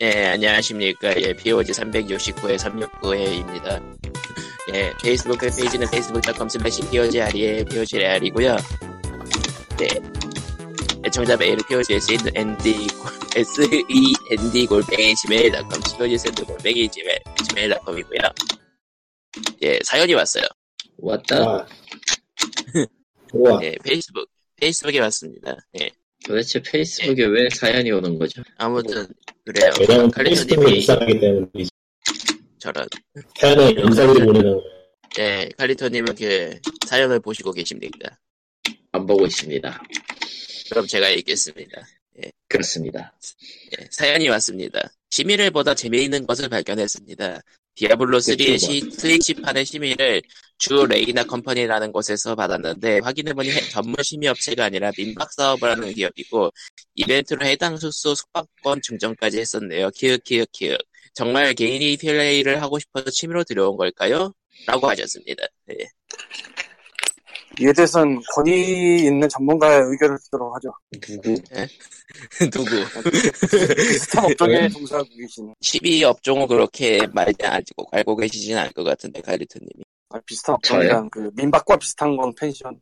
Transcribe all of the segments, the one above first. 예, 안녕하십니까. 예, POG 369회 369회입니다. 예, 페이스북 페이지는 facebook.com slash POG REAL, POG REAL이고요. 네. 애청자 메일은 POG SEND, SEND E 골뱅이 gmail.com, POG SEND E 골뱅이 gmail, gmail.com이고요. 예, 사연이 왔어요. 왔다. 아. 우와, 네. 예, 페이스북, 페이스북에 왔습니다. 예, 도대체 페이스북에 왜 사연이 오는 거죠? 아무튼, 그래요. 왜냐면 네, 칼리토님이 페이스북이 불쌍하기 때문에 저런, 태연의 영상을 보내는 예, 칼리토님은 그 사연을 보시고 계십니까? 안 보고 있습니다. 그럼 제가 읽겠습니다. 그렇습니다. 예, 사연이 왔습니다. 심의를 보다 재미있는 것을 발견했습니다. 디아블로 3의 시, 스위치판의 심의를 주 레이나 컴퍼니라는 곳에서 받았는데 확인해보니 해- 전문 심의 업체가 아니라 민박 사업을 하는 기업이고 이벤트로 해당 숙소 숙박권 증정까지 했었네요. 키읔 키읔 키읔. 정말 개인이 플레이를 하고 싶어서 취미로 들여온 걸까요? 라고 하셨습니다. 예. 이에 대해서는 권위 있는 전문가의 의견을 듣도록 하죠. 누구? 누구? 비슷한 업종에 종사하고 계신, 12 업종을 그렇게 말도 아니고 알고 계시진 않을 것 같은데 가리트님이. 아, 비슷한 업종이랑 그 민박과 비슷한 건 펜션.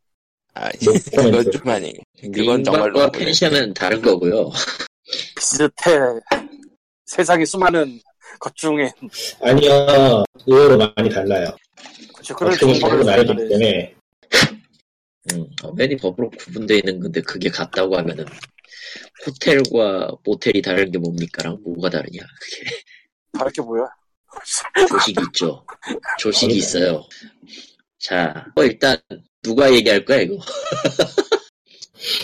아, 그건 포인트. 좀 아니에요. 그건 정말로 민박과 모르겠어요. 펜션은 다른 거고요. 비슷해. 세상의 수많은 것 중에. 아니요, 의외로 많이 달라요. 그렇죠. 그럴 네, 어떻게 보면 정보를 많이 전달해 기 주세요. 때문에 음, 어, 맨이 법으로 구분되어 있는 건데 그게 같다고 하면은 호텔과 모텔이 다른 게 뭡니까랑 뭐가 다르냐? 그게 다를 게 뭐야? 조식이 있죠. 조식이 있어요. 자, 어, 일단 누가 얘기할 거야 이거?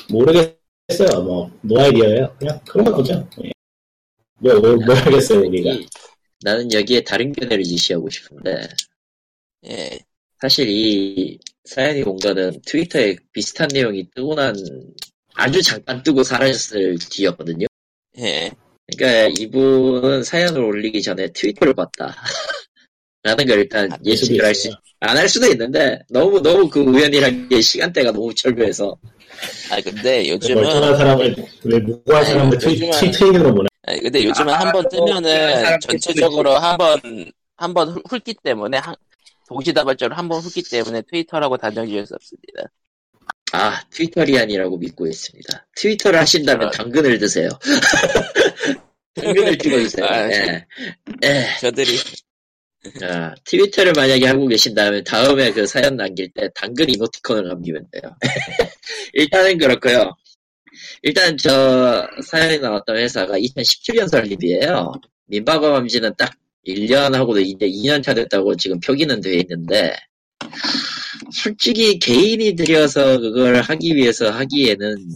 모르겠어요. 뭐, 노아이디어예요. 그냥 그런 거 보죠. 예. 뭐, 뭐, 뭐 하겠어요, 우리가. 이- 나는 여기에 다른 견해를 제시하고 싶은데 예. 사실 이 사연이 온 거는 트위터에 비슷한 내용이 뜨고 난 아주 잠깐 뜨고 사라졌을 뒤였거든요. 예. 그러니까 이분은 사연을 올리기 전에 트위터를 봤다. 라는 걸 일단 아, 예측을 할 수, 안 할 수도 있는데, 너무, 너무 그 우연이란 게 시간대가 너무 절묘해서. 아, 근데 요즘은, 멀쩡한 사람을, 왜 무고한 아니, 사람을 요즘은- 트위팅으로 보내? 아니, 근데 요즘은 한뭐 번 뜨면은 전체적으로 한 번, 한 번 훑기 때문에, 한, 동시다발적으로 한 번 훑기 때문에 트위터라고 단정 지을 수 없습니다. 아, 트위터리안이라고 믿고 있습니다. 트위터를 하신다면 아. 당근을 드세요. 당근을 찍어주세요. 아, 예. 예. 저들이, 자, 아, 트위터를 만약에 하고 계신다면 다음에 그 사연 남길 때 당근 이모티콘을 남기면 돼요. 일단은 그렇고요. 일단 저 사연이 나왔던 회사가 2017년 설립이에요. 민박업 감지는 딱 1년 하고도 이제 2년 차 됐다고 지금 표기는 돼 있는데 솔직히 개인이 들여서 그걸 하기 위해서 하기에는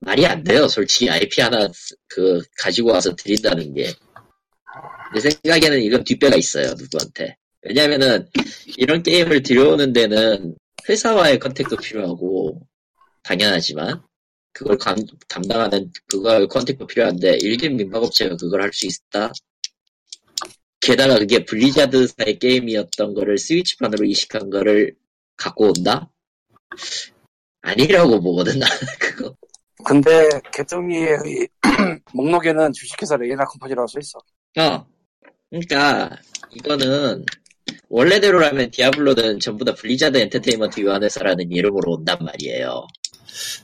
말이 안 돼요. 솔직히 IP 하나 그 가지고 와서 드린다는 게. 내 생각에는 이건 뒷배가 있어요, 누구한테. 왜냐면은, 이런 게임을 들여오는 데는 회사와의 컨택도 필요하고, 당연하지만, 그걸 감- 담당하는, 그거의 컨택도 필요한데, 일개 민박업체가 그걸 할 수 있다? 게다가 그게 블리자드사의 게임이었던 거를 스위치판으로 이식한 거를 갖고 온다? 아니라고 보거든, 나는 그거. 근데 개똥이의 목록에는 주식회사 레이나 컴퍼니라고 써 있어. 어. 그러니까 이거는 원래대로라면 디아블로는 전부 다 블리자드 엔터테인먼트 유한회사라는 이름으로 온단 말이에요.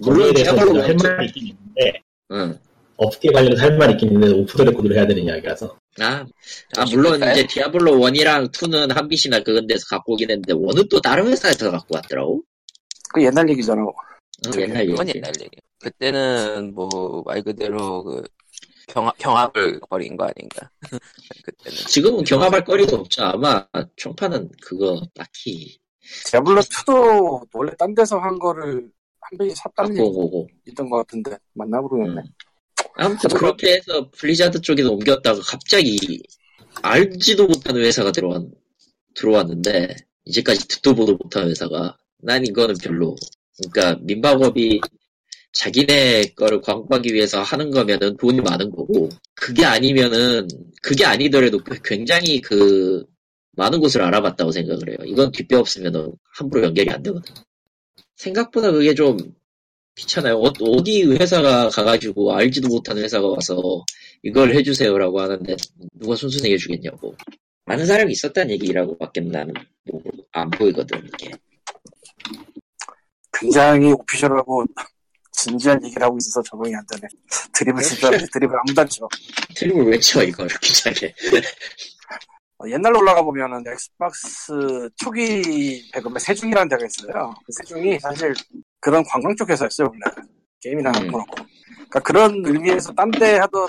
물론 디아블로가 할 먼저- 말이 있긴 있는데, 응. 업계 관련해서 할 말이 있긴 있는데, 오프 더 레코드를 해야 되는 이야기라서. 아, 아 물론 그럴까요? 이제 디아블로 1이랑 2는 한빛이나 그런 데서 갖고 오긴 했는데 1은 또 다른 회사에서 갖고 왔더라고. 그 옛날 얘기잖아. 응, 옛날 그건 얘기. 옛날 얘기. 그때는 뭐, 말 그대로 그, 경합, 경합을 벌인 거 아닌가. 그때는. 지금은 경합할 거리도 없죠. 아마 총판은 그거 딱히 디아블로 2도 원래 딴 데서 한 거를 한 번이 샀다는 갖고 얘기 오고. 있던 것 같은데 맞나 모르겠네. 음. 아무튼 그렇게 해서 블리자드 쪽에서 옮겼다가 갑자기 알지도 못하는 회사가 들어왔, 들어왔는데 이제까지 듣도 보도 못한 회사가 난 이거는 별로 그러니까 민박업이 자기네 거를 광고하기 위해서 하는 거면은 돈이 많은 거고 그게 아니면은 그게 아니더라도 굉장히 그 많은 곳을 알아봤다고 생각을 해요 이건 뒷배 없으면은 함부로 연결이 안 되거든 생각보다 그게 좀 귀찮아요. 어, 어디 회사가 가가지고 알지도 못한 회사가 와서 이걸 해주세요라고 하는데 누가 순순히 해주겠냐고. 많은 사람이 있었다는 얘기라고 밖에 나는 모르- 안 보이거든 이게. 굉장히 오피셜하고 진지한 얘기를 하고 있어서 적응이 안 되네. 드립을 진짜 드립을 아무도 안 쳐. 트림을 외쳐 이걸 귀찮게. 어, 옛날로 올라가 보면은 엑스박스 초기 배급에 세중이라는 데가 있어요. 그 세중이 사실 그런 관광 쪽 회사였어요 원래 게임이나 음. 그렇고. 그러니까 그런 의미에서 딴 데 하던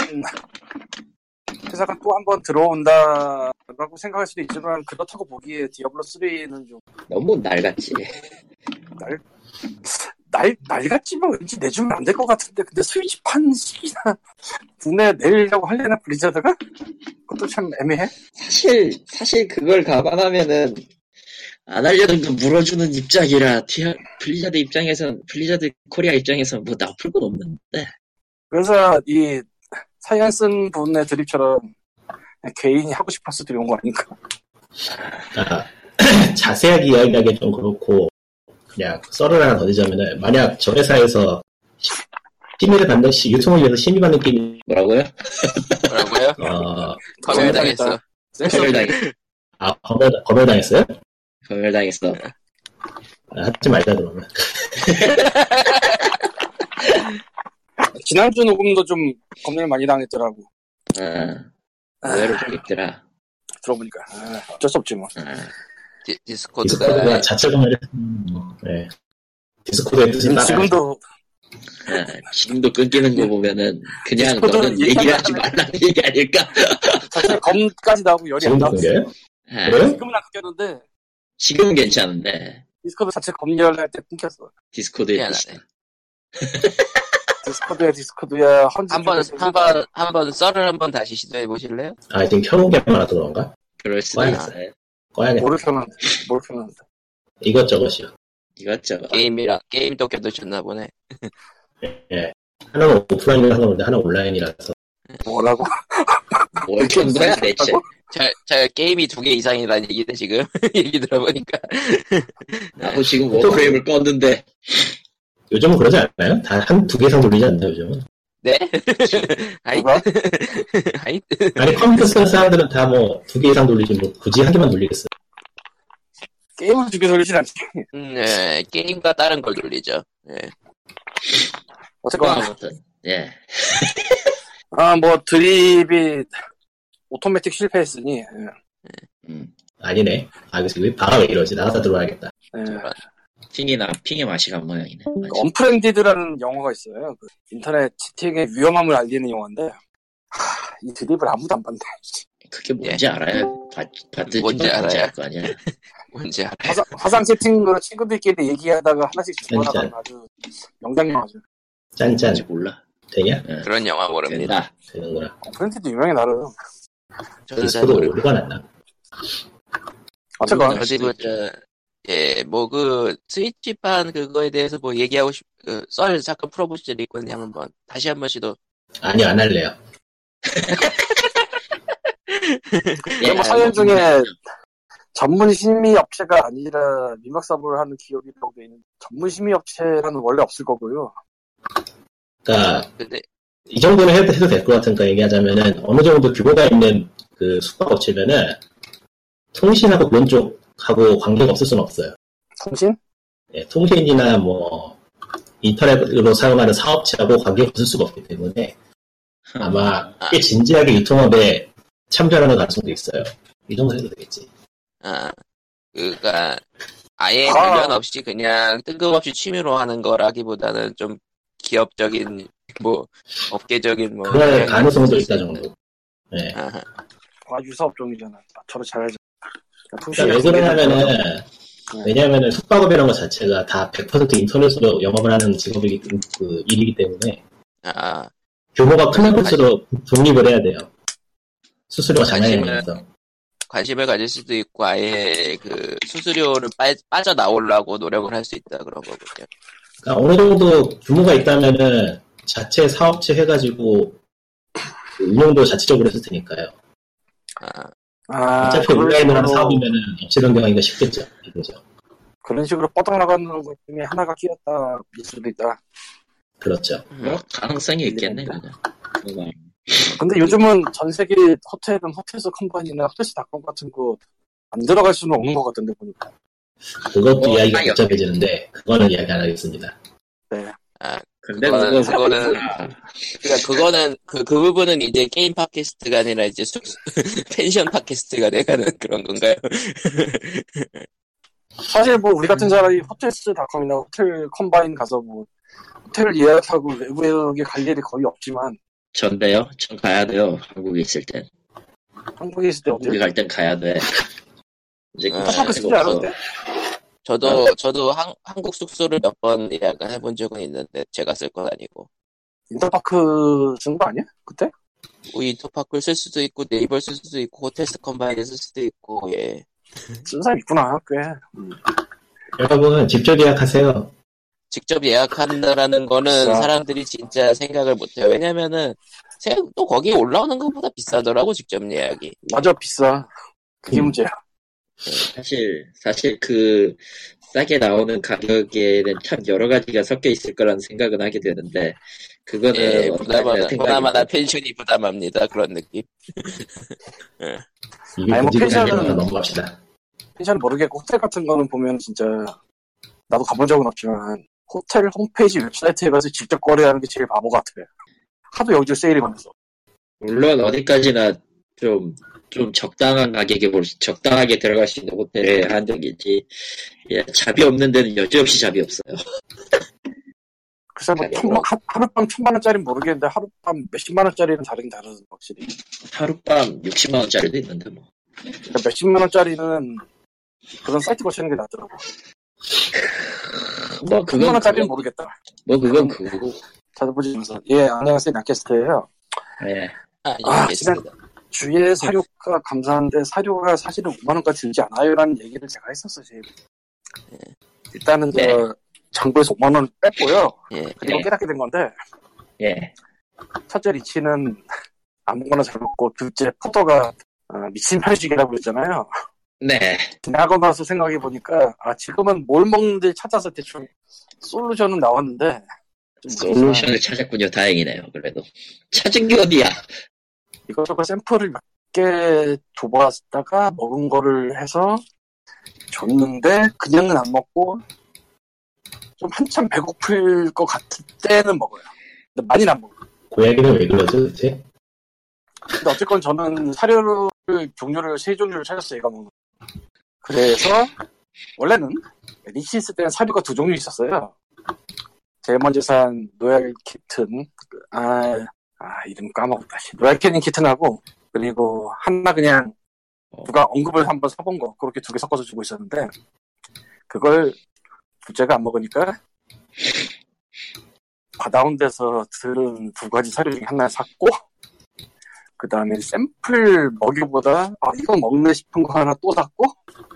회사가 또 한 번 들어온다라고 생각할 수도 있지만 그렇다고 보기에 디아블로 3는 좀 너무 낡았지. 날, 날같지만 왠지 내주면 안 될 것 같은데, 근데 수입판 시기나 국내에 내리려고 하려나 브리자드가? 그것도 참 애매해. 사실 사실 그걸 감안하면은 안 하려는 거 물어주는 입장이라 티 블리자드 입장에선 블리자드 코리아 입장에선 뭐 나쁠 건 없는데 그래서 이 사연 쓴 분의 드립처럼 그냥 개인이 하고 싶어서 들여온 거 아닌가. 아, 자세하게 이야기하기 좀 그렇고 그냥 썰을 하나 더 내자면은 만약 저 회사에서 심의를 받는 시 유통을 위해서 심의받는 게임 뭐라고요? 뭐라고요? 어, 아, 네. 검열당했어. 검열당 아 검열 검열당했어요? 검열당했어. 아, 하지 말자 그러면 지난주 녹음도 좀 검열 많이 당했더라고. 예, 어, 아. 의외로 좀 있더라. 들어보니까. 아, 어쩔 수 없지 뭐. 어, 디- 디스코드가 디스코드가 자체 검열을 음, 네. 디스코드의 뜻이 따라 지금도 어, 지금도 끊기는 거 보면은 그냥 디스코드는 너는 얘기 얘기를 안 하지 말라는 얘기 아닐까? 사실 검까지 나오고 열이 네. 안 지금도 나왔어. 공개요? 어, 그래요? 지금은 안 끊겼는데, 지금은 괜찮은데 디스코드 자체 검열할 때 끊겼어. 디스코드에 미안하네. 디스코드야, 디스코드야, 헌지. 한번 디스코드야. 한번 한번 썰을 한번 다시 시도해 보실래요? 아 지금 켜놓은 게 많아서 그런가? 그럴 수도 와야. 있어요. 꺼야겠다 모를 켜면 모를 켜면 이것저것이요 이것저것. 게임이랑 게임도 껴두셨나 보네. 하나는 오프라인으로 하는 건데 하나는 온라인이라서 뭐라고 뭘 켜는 거야 뭐 대체? 잘, 잘 게임이 두 개 이상이라는 얘기네 지금 얘기 들어보니까 나도 지금 워프레임을 껐는데 요즘은 그러지 않나요? 다 한 두 개 이상 돌리지 않나요 요즘은? 네? 아이 누가 아이 아니 컴퓨터 쓰는 사람들은 다 뭐 두 개 이상 돌리지 뭐 굳이 한 개만 돌리겠어요 게임을 죽여 돌리진 않지 음, 예, 게임과 다른 걸 돌리죠. 예. 어쨌거나 아무튼 예 아 뭐 드립이 오토매틱 실패했으니 예. 음. 아니네 아 그래서 왜 바가 왜 이러지 나가서 들어와야겠다 예. 핑이나 핑의 맛이 간 모양이네. 그 언프렌디드라는 영화가 있어요 그 인터넷 채팅의 위험함을 알리는 영화인데 하, 이 드립을 아무도 안 봤네 그게 뭔지 알아요? 봤, 봤든지 뭔지 뭔지 알아요. 알아요? 거 아니야? 뭔지 알아요. 화상, 화상 채팅으로 친구들끼리 얘기하다가 하나씩 죽어나가는 아주 명장 영화죠 짠짠 뭔지 몰라. 되냐? 그런 영화 모릅니다. 된다. 되는구나 언프렌디드 유명해 나름 네, 저는 잘 디스코드 모르고. 오류가 났나? 어쨌거나 어디 보자. 예, 뭐 그 스위치판 그거에 대해서 뭐 얘기하고 싶, 그 썰 잠깐 풀어보실 일 있거든요 한번 다시 한번 시도. 아니 안 할래요 예, 그런 거 아, 사연 뭐, 중에 전문 심의 업체가 아니라 민박사업을 하는 기업이라고 돼 있는데 전문 심의 업체라는 원래 없을 거고요. 그러니까 근데 이 정도는 해도, 해도 될 것 같으니까 얘기하자면은 어느 정도 규모가 있는 그 숙박업체면은 통신하고 그런 쪽하고 관계가 없을 수는 없어요. 통신? 예, 통신이나 뭐 인터넷으로 사용하는 사업체하고 관계가 없을 수가 없기 때문에 아마 꽤 진지하게 유통업에 참여하는 가능성도 있어요. 이 정도 해도 되겠지. 아 그니까 그러니까 아예 아. 관련 없이 그냥 뜬금없이 취미로 하는 거라기보다는 좀 기업적인 뭐 업계적인 뭐 그럴 그런 가능성도 게 있다 있을 수 있는. 정도. 예. 아하. 아 유사 업종이잖아. 아, 저를 잘하지. 그러니까 왜 그러냐면은 왜냐하면은 숙박업이라는 것 자체가 다 100% 인터넷으로 영업을 하는 직업이기 그 일이기 때문에 아 규모가 크면 클수록 독립을 해야 돼요. 수수료가 장난이 관심을- 아, 아니어서. 관심을 가질 수도 있고 아예 그 수수료를 빠, 져나오려고 노력을 할 수 있다 그런 거군요. 그러니까 어느 정도 규모가 있다면은 자체 사업체 해가지고 그 운영도 자체적으로 했을 테니까요. 아 아, 어차피 그걸로- 온라인으로 하는 사업이면은 업체 변경하기가 쉽겠죠. 이거죠. 그런 식으로 뻗어나가는 것 중에 하나가 끼었다 일 수도 있다. 그렇죠. 음, 가능성이 있겠네 그냥. 그거 근데 요즘은 전 세계 호텔은 호텔스 컴퍼니나 호텔스닷컴 같은 거 안 들어갈 수는 없는 것 같던데 보니까. 그것도 어, 이야기가 아니요. 복잡해지는데 그거는 이야기 안 하겠습니다. 근데 그거는, 그거 그거는, 그러니까 그거는, 그, 그 부분은 이제 게임 팟캐스트가 아니라 이제 숙, 펜션 팟캐스트가 돼가는 그런 건가요? 사실 뭐 우리 같은 사람이 호텔스닷컴이나 호텔 컴바인 가서 뭐 호텔 예약하고 외국에 갈 일이 거의 없지만 전데요? 전 가야 돼요. 한국에 있을 땐. 한국에 있을 때 한국에 어디? 갈 땐 가야 돼. 이제 아, 팝업크 쓰지 않았대. 저도, 네. 저도 한, 한국 숙소를 몇 번 예약을 해본 적은 있는데, 제가 쓸 건 아니고. 인터파크 쓴 거 아니야? 그때? 인터파크를 쓸 수도 있고, 네이버를 쓸 수도 있고, 호텔스 컴바인을 쓸 수도 있고, 예. 쓴 사람 있구나 꽤. 여러분은 직접 예약하세요. 직접 예약한다라는 거는 아. 사람들이 진짜 생각을 못해요. 왜냐면은, 세- 또 거기 올라오는 것보다 비싸더라고, 직접 예약이. 맞아 비싸. 그게 음. 문제야. 사실 사실 그 싸게 나오는 가격에는 참 여러 가지가 섞여 있을 거라는 생각은 하게 되는데 네, 그거는 예, 어떤 보나마나, 생각이 보나마나 들어요. 펜션이 부담합니다. 그런 느낌. 이게 아니, 뭐 고집을 펜션은- 하려면 넘어갑시다. 펜션 모르겠고 호텔 같은 거는 보면 진짜 나도 가본 적은 없지만 호텔 홈페이지 웹사이트에 가서 직접 거래하는 게 제일 바보 같아. 하도 여기저기 세일이 많아서. 물론 어디까지나 좀 좀 적당한 가격에 볼 수- 적당하게 들어갈 수 있는 호텔의 한정이지 예, 잡이 없는 데는 여지없이 잡이 없어요. 글쎄 뭐 가격으로. 천만, 하- 하룻밤 천만 원짜리는 모르겠는데 하룻밤 몇십만 원짜리는 다르긴 다르 확실히. 하룻밤 60만 원짜리도 있는데 뭐 그러니까 몇십만 원짜리는 그런 사이트 거치는 게 낫더라고. 뭐 천만 그건 원짜리는 그거, 모르겠다. 뭐 그건 그거고 찾아보시면서 예 안녕하세요 낙캐스트예요. 예. 아, 아, 알겠습니다. 주위에 네. 사료가 감사한데 사료가 사실은 5만 원까지 들지 않아요라는 얘기를 제가 했었어요. 제일. 일단은 네. 저 장부에서 5만 원을 뺐고요. 예. 그리고 네. 깨닫게 된 건데 예. 첫째 리치는 아무거나 잘 먹고 둘째 포도가 어, 미친 편식이라고 그랬잖아요. 네. 지나고 나서 생각해 보니까 아 지금은 뭘 먹는지 찾아서 대충 솔루션은 나왔는데 좀 그렇지만 솔루션을 찾았군요. 다행이네요. 그래도 찾은 게 어디야? 이것저것 샘플을 몇 개 줘봤다가 먹은 거를 해서 줬는데 그냥은 안 먹고 좀 한참 배고플 것 같을 때는 먹어요. 근데 많이는 안 먹어요. 고양이는 왜 그러죠, 대체? 근데 어쨌건 저는 사료를 종류를 세 종류를 찾았어요. 이거 먹는. 그래서 원래는 리치 있을 때는 사료가 두 종류 있었어요. 제일 먼저 산 노얄 키튼, 그, 아, 아, 이름 까먹었다. 씨. 노얄 캐닌 키튼하고 그리고 하나 그냥 누가 언급을 한번 사본 거 그렇게 두 개 섞어서 주고 있었는데 그걸 부제가 안 먹으니까 받아온 데서 들은 두 가지 사료 중에 하나 샀고 그 다음에 샘플 먹이보다 아 이거 먹네 싶은 거 하나 또 샀고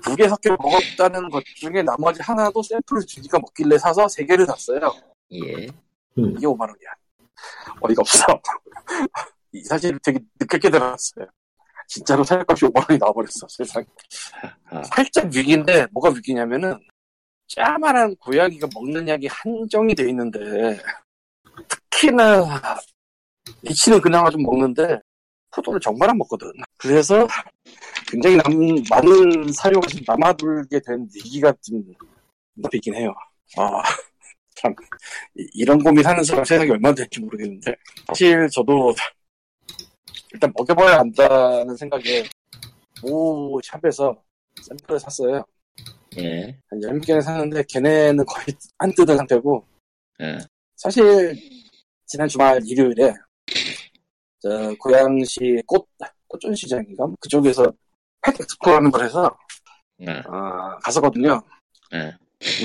두 개 섞여 먹었다는 것 중에 나머지 하나도 샘플을 주니까 먹길래 사서 세 개를 샀어요. 예. 음, 이게 5만 원이야. 어이가 없어. 이 사실 되게 늦게 들어갔어요. 진짜로 살값이 5만 원이 나와버렸어. 세상. 아, 살짝 위기인데 뭐가 위기냐면은 짜만한 고양이가 먹는 약이 한정이 돼 있는데 특히나 리치는 그나마 좀 먹는데 포도를 정말 안 먹거든. 그래서 굉장히 남, 많은 사료가 좀 남아돌게 된 위기가 좀 눈앞에 있긴 해요. 아, 참. 이- 이런 고민하는 사람 세상에 얼마나 될지 모르겠는데. 사실 저도 일단 먹여봐야 한다는 생각에 모 샵에서 샘플을 샀어요. 예. 한 10개를 샀는데 걔네는 거의 안 뜯은 상태고 예. 사실 지난 주말 일요일에 저 고양시 꽃 꽃전시장인가 그쪽에서 펫엑스포라는 걸 해서 아, 어, 갔었거든요. 예.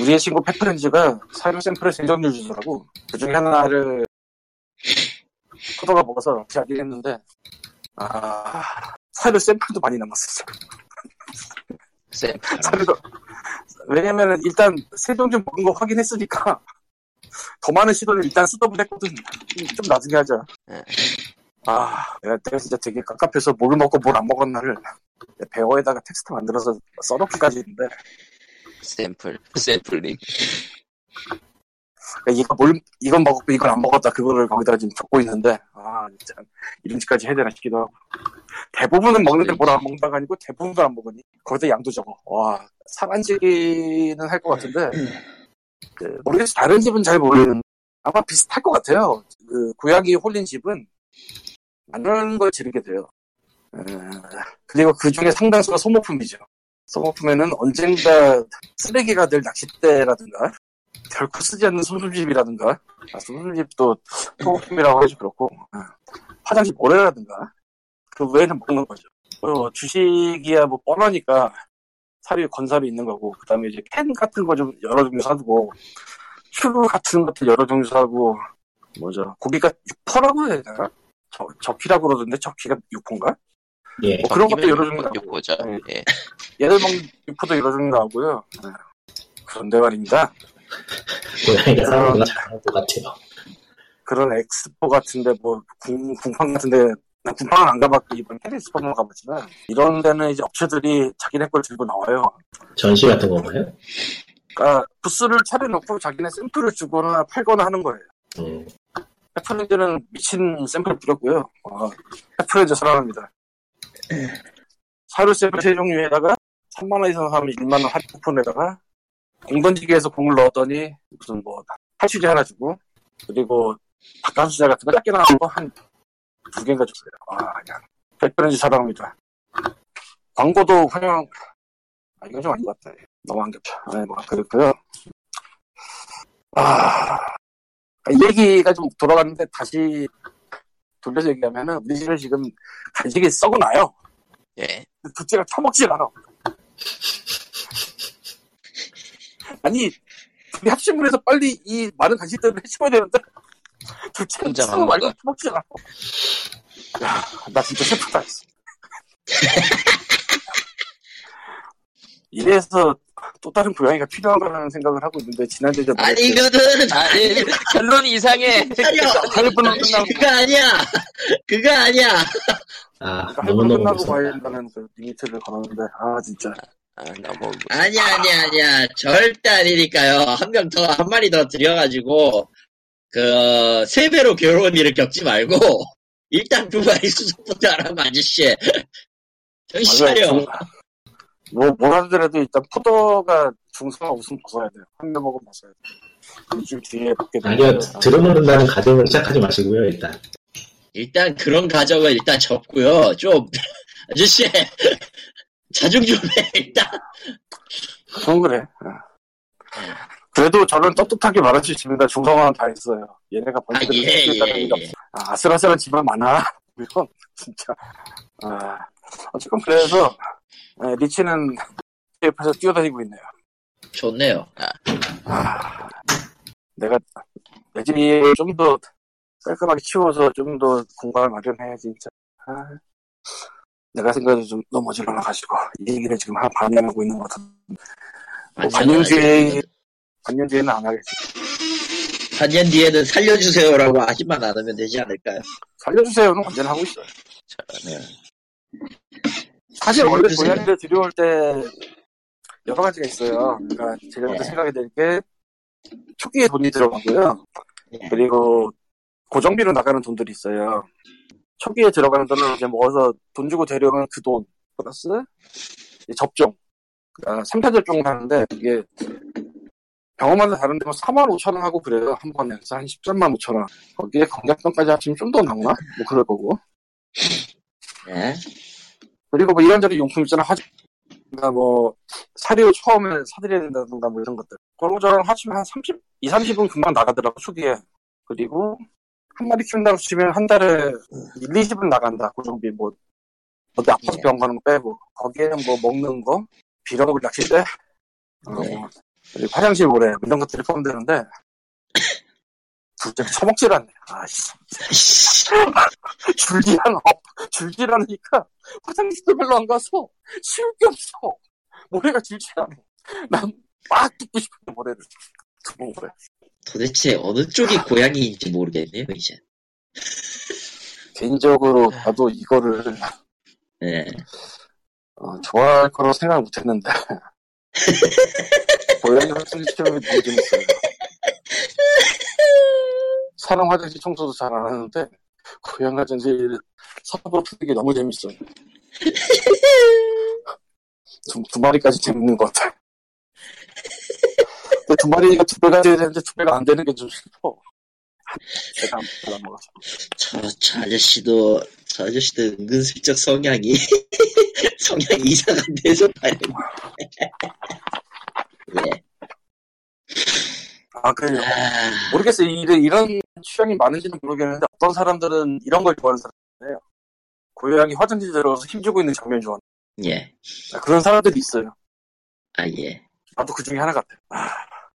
우리의 친구 펫프렌즈가 사료 샘플을 세 종류 주더라고. 그 중에 하나를 포도가 먹어서 피하긴 했는데 아 사료 샘플도 많이 남았었어. 쌤, 사료가 왜냐면은 일단 세 종류 먹은 거 확인했으니까 더 많은 시도를 일단 쓰더블 했거든 좀, 좀 나중에 하자 네. 아 내가, 내가 진짜 되게 깝깝해서 뭘 먹고 뭘 안 먹었나를 내 배어에다가 텍스트 만들어서 써놓기까지 했는데 샘플, 샘플링. 그러니까 이거 뭘, 이건 먹었고 이건 안 먹었다. 그거를 거기다 지금 적고 있는데, 아, 참. 이런 짓까지 해야 되나 싶기도 하고. 대부분은 먹는데 뭘 안 먹는다가 아니고 대부분도 안 먹으니. 거기다 양도 적어. 와, 사란지기는 할 것 같은데, 네, 모르겠어. 다른 집은 잘 모르겠는데, 아마 비슷할 것 같아요. 그, 고양이 홀린 집은 많은 걸 지르게 돼요. 에, 그리고 그 중에 상당수가 소모품이죠. 소모품에는 언젠가 쓰레기가 될 낚싯대라든가, 결코 쓰지 않는 손수집이라든가, 아, 손수집도 소모품이라고 하지 그렇고, 아, 화장실 모래라든가, 그 외에는 먹는 거죠. 뭐, 주식이야 뭐 뻔하니까 사료 건사료 있는 거고, 그 다음에 이제 캔 같은 거 좀 여러 종류 사두고, 큐브 같은 것도 여러 종류 사고, 뭐죠, 고기가 육포라고 해야 되나? 저, 적히라고 그러던데, 적히가 육포인가? 예. 뭐 그런 것도 여러 종류 나오고. 욕보죠. 네. 예. 얘들 먹는 육포도 여러 종류 나오고요. 네. 그런데 말입니다. 고양이가 아. 사는 건 잘하는 것 같아요. 그런 엑스포 같은데 뭐 궁, 궁판 같은데 나 궁판은 안 가봤고 이번 캐리스포만 가봤지만 이런 데는 이제 업체들이 자기네 걸 들고 나와요. 전시 같은 건가요? 그러니까 부스를 차려놓고 자기네 샘플을 주거나 팔거나 하는 거예요. 음. 해프렌즈는 미친 샘플 뿌렸고요. 와, 해프렌즈 사랑합니다. 사료 샘플 세 종류에다가 3만 원 이상 하면 1만 원 할인 쿠폰에다가 공 던지기에서 공을 넣었더니 무슨 뭐 탈취제 하나 주고 그리고 닭가슴살 같은 거 작게 나온 거 한 두 개인가 줬어요. 와, 그냥 해프렌즈 사랑합니다. 광고도 환영. 아, 이건 좀 아닌 것 같아. 너무 안 겹쳐. 아, 뭐 그렇고요. 아. 이 그러니까 얘기가 좀 돌아갔는데 다시 돌려서 얘기하면은 우리 집에 지금 간식이 썩어나요. 예. 둘째가 처먹질 않아. 아니 둘이 합심을 해서 빨리 이 많은 간식들을 해치워야 되는데 둘째는 혼자 처먹 말고 먹는다. 처먹질 않아. 야나 진짜 슬프다. 씨. 이래서 또 다른 고양이가 필요한 거라는 생각을 하고 있는데 지난주에 이제 아니거든! 아니, 예. 결론이 이상해. 아니야! 할 분은 끝나고. 그거 아니야! 그거 아니야! 아, 그러니까 할부로 너무너무 끝나고 무서워. 가야 된다는 그 리미트를 걸었는데 아 진짜 아, 너무. 무서워. 아니야, 아니야, 아니야. 절대 아니니까요. 한 명 더, 한 마리 더 들여가지고, 그, 세 배로 괴로운 일을 겪지 말고, 일단 두 마리 수속부터 하라면 아저씨. 정신 차려. 뭐 뭐라더라도 일단 포도가 중성화 우승 벗어야 돼요 한 명 먹으면 벗어야 돼요 일주일 뒤에 받게 아니요, 되면 들어먹는다는 가정을 시작하지 마시고요, 일단. 일단 그런 가정은 일단 접고요. 좀, 아저씨. 자중 좀 해, 일단. 그건 그래 아. 그래도 저는 떳떳하게 말할 수 있습니다 중성화는 다 있어요 얘네가 아, 번식을 예, 시키겠다는 예, 게 예. 아, 아슬아슬한 집안 많아. 이건 진짜. 아, 어쨌건 그래서 네, 리치는 옆에서 뛰어다니고 있네요. 좋네요. 아, 내가 내집이 좀 더 깔끔하게 치워서 좀 더 공간을 마련해야 진짜. 아, 내가 생각해도 좀 너무 어질러가지고 이 얘기를 지금 한 반년 하고 있는 것 같아. 아, 뭐 반년 뒤에 반년 뒤에는 안 하겠지. 반년 뒤에는 살려주세요라고 하지만 않으면 되지 않을까요? 살려주세요는 언제나 하고 있어요. 네. 사실 원래 살려주세요. 고양이를 들여올 때 여러 가지가 있어요. 그러니까 제가 그때 네. 생각이 될 게 초기에 돈이 들어가고요. 네. 그리고 고정비로 나가는 돈들이 있어요. 초기에 들어가는 돈은 이제 모아서 돈 주고 데려오는 그 돈 플러스 이 접종. 그러니까 3차 접종을 하는데 이게 병원마다 다른데 뭐 4만 5천 원 하고 그래요. 한 번에. 그래서 한 13만 5천 원. 거기에 건강병까지 합치면 좀 더 나오나? 뭐 그럴 거고. 네. 그리고 뭐 이런저런 용품 있잖아 화장나 뭐 사료 처음에 사드려야 된다든가 뭐 이런 것들 그런 거저런 하시면 한 30, 2, 30은 금방 나가더라고 초기에 그리고 한 마리 키운다고 치면 한 달에 1, 20은 나간다 고정비 뭐 어디 아파서 예. 병원 가는 거 빼고 거기에는 뭐 먹는 거 빌어먹을 낚싯대 어, 네. 그리고 화장실 모래 뭐 이런 것들이 포함되는데 둘째 처먹질 않네 아씨 줄기가 나 줄기라니까 화장실도 별로 안 가서 쉬울 게 없어 모래가 줄지가 않아 난막 듣고 싶은데 모래를 두번 모래 도대체 어느 쪽이 고양이인지 모르겠네요, 이제. 개인적으로 나도 이거를 네. 어, 좋아할 거라고 생각 못 했는데 고양이 화장실 치료는 되게 재밌어요. 사람 화장실 청소도 잘 안 하는데 고양이 화장실 서버 트는 게 너무 재밌어요. 두, 두 마리까지 재밌는 것 같아요. 근데 두 마리가 두 배가 돼야 되는데 두 배가 안 되는 게 좀 슬퍼. 제가 안 먹어서. 저, 저 아저씨도 저 아저씨도 은근슬쩍 성향이 성향이 이상한 데서 다른 예. 아, 그래요? 아, 모르겠어요. 이런, 이런 취향이 많은지는 모르겠는데 어떤 사람들은 이런 걸 좋아하는 사람들이에요. 고양이 화장실 들어가서 힘주고 있는 장면 좋아하는 예. 아, 그런 사람들이 있어요. 아 예. 나도 그 중에 하나 같아. 아,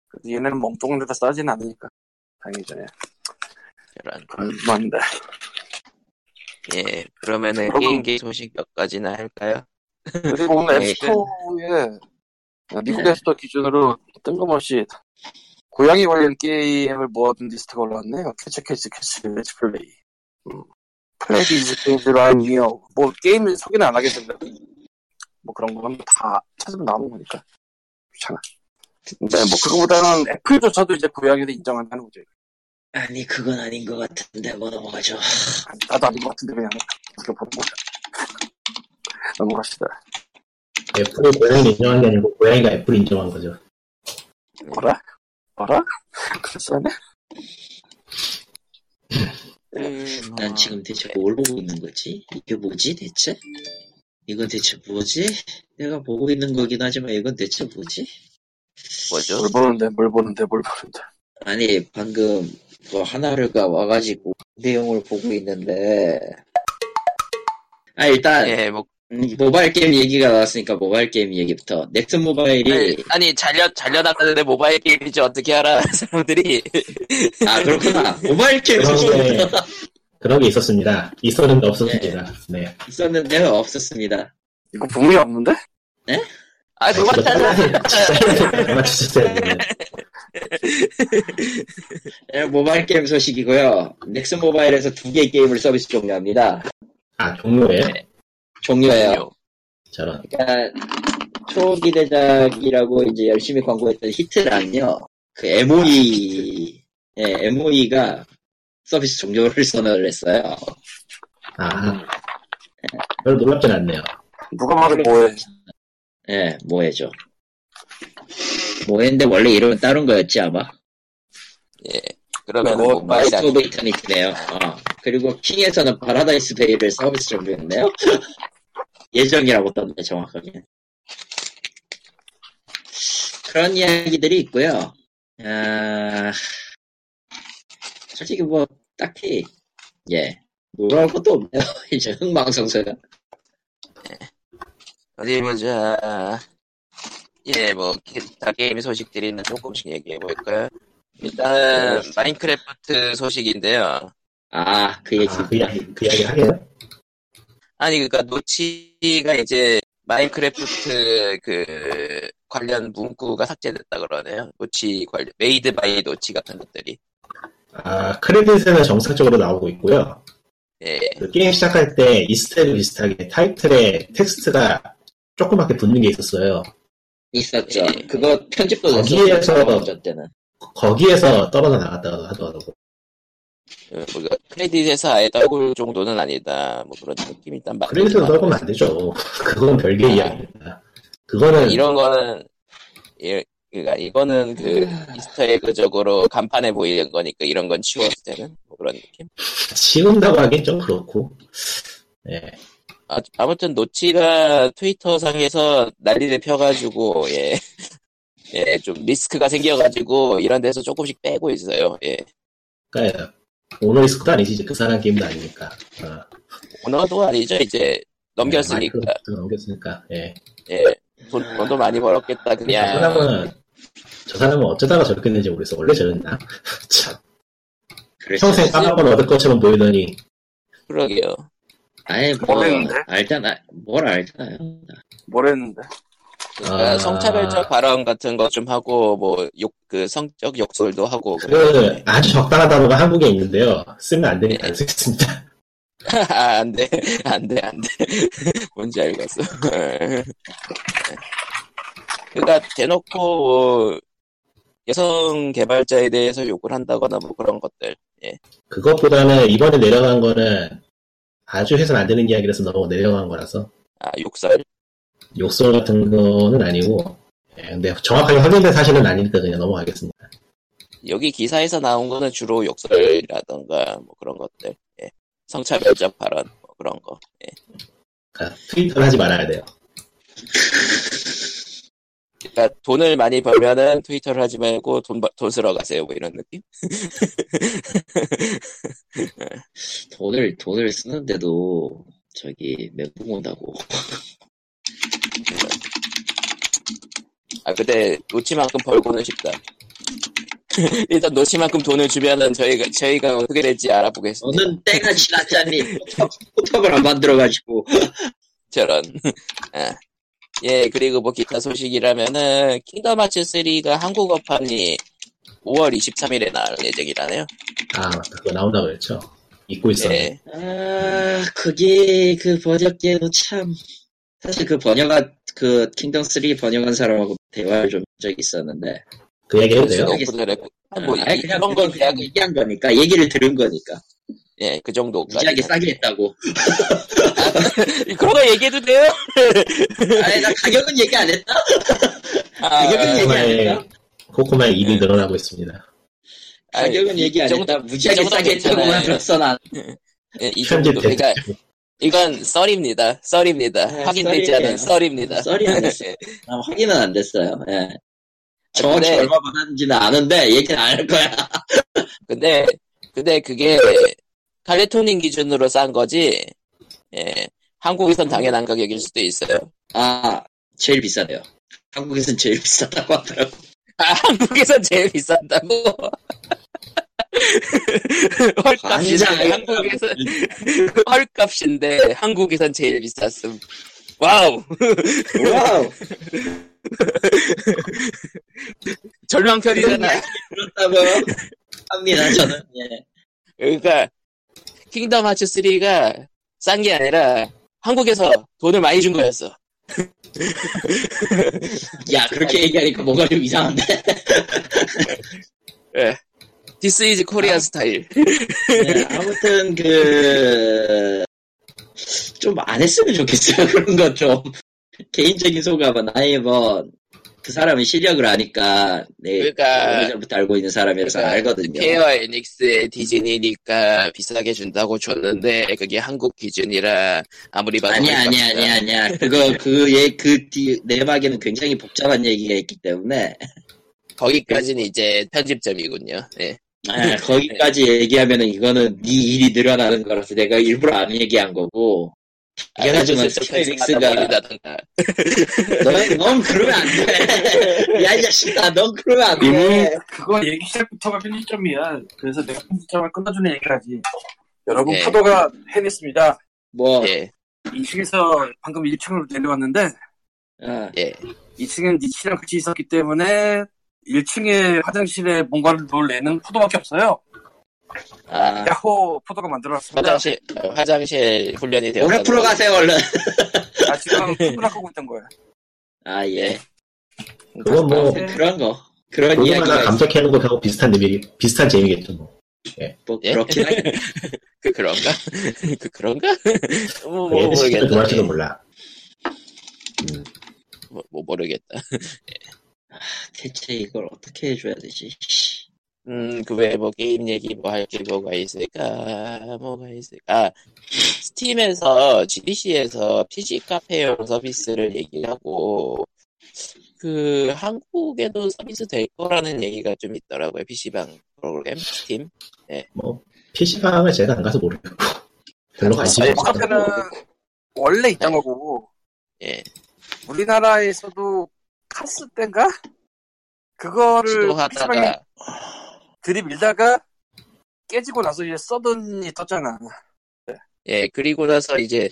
그래도 얘네는 멍뚱한 데다 싸지는 않으니까. 다행이죠. 예. 뭐 이런. 그건 맞는데. 예, 그러면은 그럼- 게임기 소식 몇 가지나 할까요? 그리고 오늘 네. 앱스토어에 미국 앱스토어 기준으로 뜬금없이 고양이 관련 게임을 모아둔 리스트가 올라왔네요. 캐치 캐치 캐치 캐치 플레이. 음. 플레이즈 게임즈 라인 뉴욕. 뭐 게임 소개는 안 하겠는데 뭐 그런 건 다 찾으면 나오는 거니까 귀찮아. 근데 뭐 그거보다는 애플조차도 이제 고양이를 인정한다는 거죠. 아니 그건 아닌 것 같은데 뭐 넘어가죠. 나도 아닌 것 같은데 그냥 어떻게 보는 거야. 넘어갑시다. 애플이 고양이 인정한 게 아니고 고양이가 애플 인정한 거죠. 뭐라? 뭐라? 그랬었네? 음, 난 뭐, 지금 대체 뭘 보고 있는 거지? 이게 뭐지 대체? 이건 대체 뭐지? 내가 보고 있는 거긴 하지만 이건 대체 뭐지? 뭐죠? 뭘 보는데 뭘 보는데 뭘 보는데 아니 방금 뭐 하나를가 와가지고 내용을 보고 있는데 아 일단 예, 뭐, 음, 모바일 게임 얘기가 나왔으니까 모바일 게임 얘기부터 넥슨 모바일이 아니, 예, 아니, 잘려, 잘려나가는데 모바일 게임인지 어떻게 알아, 사람들이. 아 그렇구나 모바일 게임 그런 게, 소식이 그런 게 있었습니다. 있었는데 없었습니다. 네. 있었는데 없었습니다 이거 붐이 없는데? 아, 누가 진짜 찾아? 짜증나. 아마 주셨어야 되네. 예, 모바일 게임 소식이고요 넥슨 모바일에서 두 개의 게임을 서비스 종료합니다 아, 종료예요? 종료예요 저런. 그러니까 초기 대작이라고 이제 열심히 광고했던 히트랑요 그 MOE 예, MOE가 서비스 종료를 선언을 했어요 아, 별로 놀랍진 않네요. 누가 봐도 뭐해 예, 모해죠. 모해인데 원래 이름은 다른 거였지 아마. 네, 그러면 뭐, 모바일 마스터 아니, 오브 이터니티네요. 어. 그리고 킹에서는 파라다이스 베이를 서비스 종료했네요. 예정이라고 떴네 정확하게. 그런 이야기들이 있고요. 아, 솔직히 뭐 딱히 예 놀랄 것도 없네요. 이제 흥망성쇠가. 어디 보자. 예, 뭐, 기타 게임 소식들이는 조금씩 얘기해볼까요? 일단은, 마인크래프트 소식인데요. 아그 얘기. 아, 그 이야기, 그 이야기 하게요? 아니, 그니까, 노치가 이제, 마인크래프트 그, 관련 문구가 삭제됐다 그러네요. 노치 관련, 메이드 바이 노치 같은 것들이. 아, 크레딧에는 정상적으로 나오고 있고요. 예, 그 게임 시작할 때 이스테를 비슷하게 타이틀에 텍스트가 조그맣게 붙는 게 있었어요. 있었죠. 예. 그거 아, 편집도 거기에서- 됐었죠, 때는. 거기에서 떨어져 나갔다고 하더라고. 어, 뭐, 이거 크레딧에서 아예 떨굴 정도는 아니다. 뭐 그런 느낌이 일단 막. 크레딧은 떨면 안 되죠. 그건 별개의 이야기입니다. 그거는 이런 거는, 예, 그니까, 이거는 그, 아. 이스터에그적으로 간판에 보이는 거니까 이런 건 치웠을 때는, 뭐 그런 느낌? 지운다고 하긴 좀 그렇고. 예. 아, 아무튼, 노치가 트위터상에서 난리를 펴가지고, 예. 예, 좀 리스크가 생겨가지고, 이런 데서 조금씩 빼고 있어요. 예. 그러니까 오너리스크도 아니지 이제 그 사람 게임도 아니니까. 어. 오너도 아니죠, 이제. 넘겼으니까. 마이크로소프트 넘겼으니까. 예. 그러니까 예. 돈, 돈도 많이 벌었겠다, 저 그냥. 사람은 저 사람은 어쩌다가 저렇게 된지 모르겠어. 원래 저랬나? 참. 그랬어요. 평생 까먹을 얻을 것처럼 보이더니 그러게요. 아예 뭐 모르겠는데? 알잖아 뭘 알잖아요. 뭘 했는데 그러니까 아. 성차별적 발언 같은 거 좀 하고 뭐 욕 그 성적 욕설도 하고 그 아주 적당한 단어가 한국에 있는데요. 쓰면 안 네. 되니까 안 쓰겠습니다. 아, 안돼 안돼 안돼 뭔지 알겠어 그러니까 대놓고 어, 여성 개발자에 대해서 욕을 한다거나 뭐 그런 것들. 그것보다는 이번에 내려간 거는 아주 해서는 안 되는 이야기라서 너무 내려간 거라서 아 욕설. 욕설 같은 거는 아니고 예, 근데 정확하게 확인된 사실은 아니니까 그냥 넘어가겠습니다. 여기 기사에서 나온 거는 주로 욕설이라던가 뭐 그런 것들. 예. 성차별적 발언 뭐 그런 거. 예. 그러니까 트위터를 하지 말아야 돼요. 그러니까 돈을 많이 벌면은 트위터를 하지 말고 돈 버- 돈 쓰러 가세요 뭐 이런 느낌? 돈을 돈을 쓰는데도 저기 멘붕 온다고 아 근데 노치만큼 벌고는 싶다. 일단 노치만큼 돈을 주면은 저희가 저희가 어떻게 될지 알아보겠습니다. 저는 때가 지났잖니 포탑, 포탑을 안 만들어가지고 저런. 아. 예, 그리고 뭐 기타 소식이라면은 킹덤 하츠 3가 한국어판이 5월 23일에 나올 예정이라네요. 아 맞다 그거 나온다고 그랬죠. 잊고 있었네. 예. 아 그게 그 번역계도 참 사실 그 번역한 그 킹덤 3 번역한 사람하고 대화를 좀 한 적이 있었는데 그 얘기 해도 돼요? 수도 없고 저랬고. 아, 뭐 아니, 이- 그냥 이런 건 그냥 그냥 얘기한 거니까 얘기를 들은 거니까 예, 그 정도까지. 무지하게 싸게 했다고 그런 거 얘기해도 돼요? 아니 나 가격은 얘기 안 했다 아, 가격은 얘기 안 코코마의 했다 코코마의 네. 입이 늘어나고 있습니다. 아니, 가격은 이 얘기 안 정도- 했다 무지하게 이 정도 싸게 했다고만 괜찮아요. 들었어 난 예, 이 정도. 편집 그러니까 이건 썰입니다. 썰입니다. 네, 확인되지 썰이에요. 않은 썰입니다. 썰이 아니었어요. 예. 아, 확인은 안 됐어요 예. 정확히 근데- 얼마 받았는지는 아는데 얘기는 안 할 거야 근데 근데 그게 칼레토님 기준으로 싼 거지. 예. 한국에선 당연한 가격일 수도 있어요. 아 제일 비싸대요 한국에서는 제일 비싸다고 하더라고 아, 한국에선 제일 비싼다고. 아, 헐값인데 한국에서 헐값인데 한국에선 제일 비쌌음. 와우 와우 절망편이잖아. 그렇다고 합니다 저는 예. 그러니까 킹덤 하츠 3가 싼 게 아니라 한국에서 돈을 많이 준 거였어. 야 그렇게 얘기하니까 뭔가 좀 이상한데 디스 이즈 코리아 스타일. 네, 아무튼 그. 좀 안 했으면 좋겠어요. 그런 거 좀. 개인적인 소감은 아예 뭐, 그 사람의 시력을 아니까, 네. 그러니까- 오래전부터 알고 있는 사람이라서 알거든요. 페어 에닉스의 디즈니니까 비싸게 준다고 줬는데 그게 한국 기준이라 아무리 봐도 아니야, 할 아니야, 값이다. 아니야, 아니야. 그거, 네. 그, 예, 그 뒤, 내막에는 굉장히 복잡한 얘기가 있기 때문에, 거기까지는 이제 편집점이군요. 예. 아, 거기까지 얘기하면은 이거는 네 일이 늘어나는 거라서 내가 일부러 안 얘기한 거고, 아, 당연하지만 페어 에닉스가- 편집이라던가 넌, 넌 그러면 안 돼. 야, 이 자식아, 넌 그러면 안 돼. 이미 그거 얘기 시작부터가 편집점이야. 그래서 내가 편집점을 끊어주는 얘기라지. 여러분 네. 포도가 해냈습니다. 뭐, 예. 2층에서 방금 1층으로 내려왔는데 아, 예. 2층엔 니치랑 같이 있었기 때문에 1층에 화장실에 뭔가를 놀 애는 포도밖에 없어요. 아, 야호 포도가 만들어놨습니다. 화장실 화장실 훈련이 되었다. 오래 풀어가세요, 얼른. 아 지금 포도를 하고 있던 거야. 아, 예. 아, 그건 뭐 네. 그런 거. 그런 고구마가 이야기가 있 감자캐는 거하고 비슷한 레벨이 비슷한 재미겠죠 뭐. 뭐, 예? 그렇긴 하겠 그 그런가? 그 그런가? 뭐, 뭐 그게 시기를 모르겠다. 좋아할지도 몰라. 음, 뭐, 뭐 모르겠다. 대체 이걸 어떻게 해줘야 되지? 씨. 음, 그 외에 뭐 게임 얘기 뭐 할 게 뭐가 있을까? 뭐가 있을까? 아, 스팀에서 GDC에서 PC 카페용 서비스를 얘기하고 그 한국에도 서비스 될 거라는 얘기가 좀 있더라고요. PC방 프로그램 스팀. PC방을 제가 안 가서 모르겠고 별로 관심이 아니, 없어. 어차피- 카페는 원래 있던 네. 거고 예. 우리나라에서도 카스 때인가 그거를 PC방에 시도하다가 들이밀다가 깨지고 나서 이제 서든이 떴잖아. 예, 그리고 나서 이제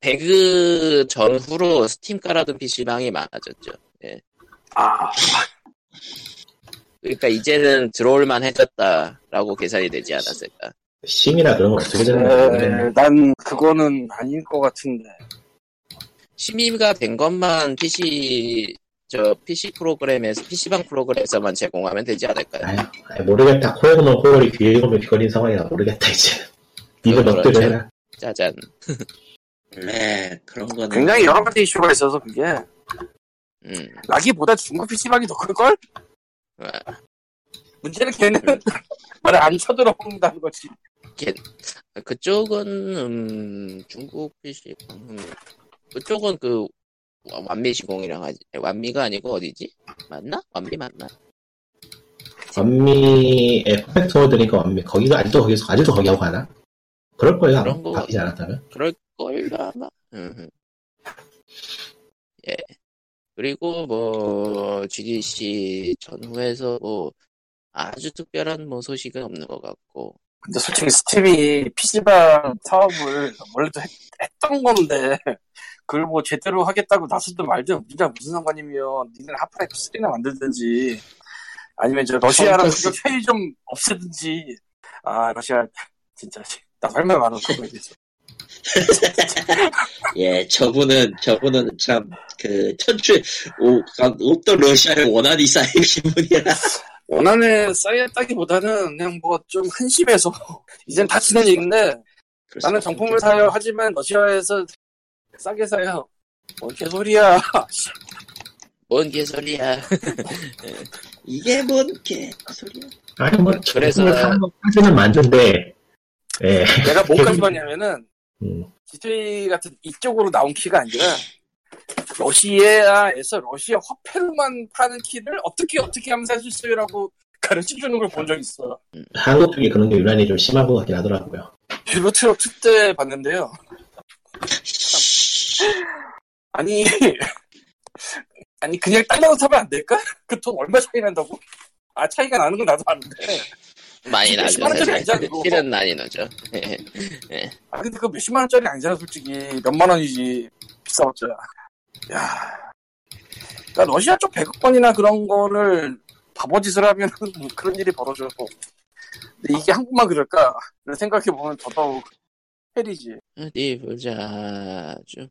배그 전후로 스팀 깔아둔 PC방이 많아졌죠. 아, 그러니까 이제는 들어올만 해졌다라고 계산이 되지 않았을까. 심이나 그런 건 어떻게 되는 네. 거예요? 에, 네. 난 그거는 아닌 것 같은데. 심의가 된 것만 PC 저 PC 프로그램에서 PC방 프로그램에서만 제공하면 되지 않을까요? 아유, 아유, 모르겠다. 코에고면 코골이 귀에 고면 귀걸인 상황이라 모르겠다 이제. 이거 그건 넉대로 그렇죠. 해라. 짜잔. 네, 그런 거는. 굉장히 여러 가지 이슈가 있어서 그게 음. 나기보다 중국 PC방이 더 클걸? 아. 문제는 걔는 말을 안 쳐들어온다는 거지 그쪽은 음, 중국 PC 음, 그쪽은 그 와- 완미 시공이랑 하지 완미가 아니고 어디지 맞나 완미 맞나 완미의 퍼펙트 워드니까 완미. 거기가 아직도 거기서 아직도 거기하고 가나? 그럴 거예요. 아마. 그런 거 바뀌지 않았다면. 그럴 걸가 아마 음. 예 그리고 뭐 GDC 전후에서 뭐 아주 특별한 뭐 소식은 없는 것 같고 근데 솔직히 스팀이 PC방 사업을 원래도 했, 던 건데 그걸 뭐 제대로 하겠다고 나서든 말든 우리랑 무슨 상관이면 니네는 하프라이프 3나 만들든지 아니면 저 러시아랑 그 성격이- 가격 회의 좀 없애든지 아 러시아 진짜 나 할말 많아 그거에 대해서 예, 저분은, 저분은 참, 그, 천추에, 오, 없던 러시아를 원한이 쌓이신 분이라. 원안에 쌓였다기보다는 그냥 뭐 좀 한심해서 이젠 다치는 얘기인데 나는 정품을 사요 하지만 러시아에서 싸게 사요 뭔 개소리야 뭔 개소리야 이게 뭔, 개, 소리야. 아니 뭐 그래서- 제품을 사는 것까지는 만든데. 예. 내가 뭐까지 봤냐면은 음. G3 같은 이쪽으로 나온 키가 아니라 러시아에서 러시아 화폐로만 파는 키를 어떻게 어떻게 하면 살 수 있어요라고 가르쳐 주는 걸 본 적 있어. 한국 쪽이 그런 게 유난히 좀 심한 것 같긴 하더라고요. 유로 트럭 특때 봤는데요. 아니 아니 그냥 달러로 사면 안 될까? 그 돈 얼마 차이 난다고? 아 차이가 나는 건 나도 아는데. 많이 나죠 몇십만 원짜리 사실. 아니잖아, 그거. 실은 많이 나죠 아 근데 그 몇십만 원짜리 아니잖아 솔직히 몇만 원이지 비싸봤자 야 그러니까 러시아 쪽 백악관이나 그런 거를 바보짓을 하면 그런 일이 벌어져 근데 이게 한국만 그럴까 생각해보면 더더욱 헬이지 어디 보자 좀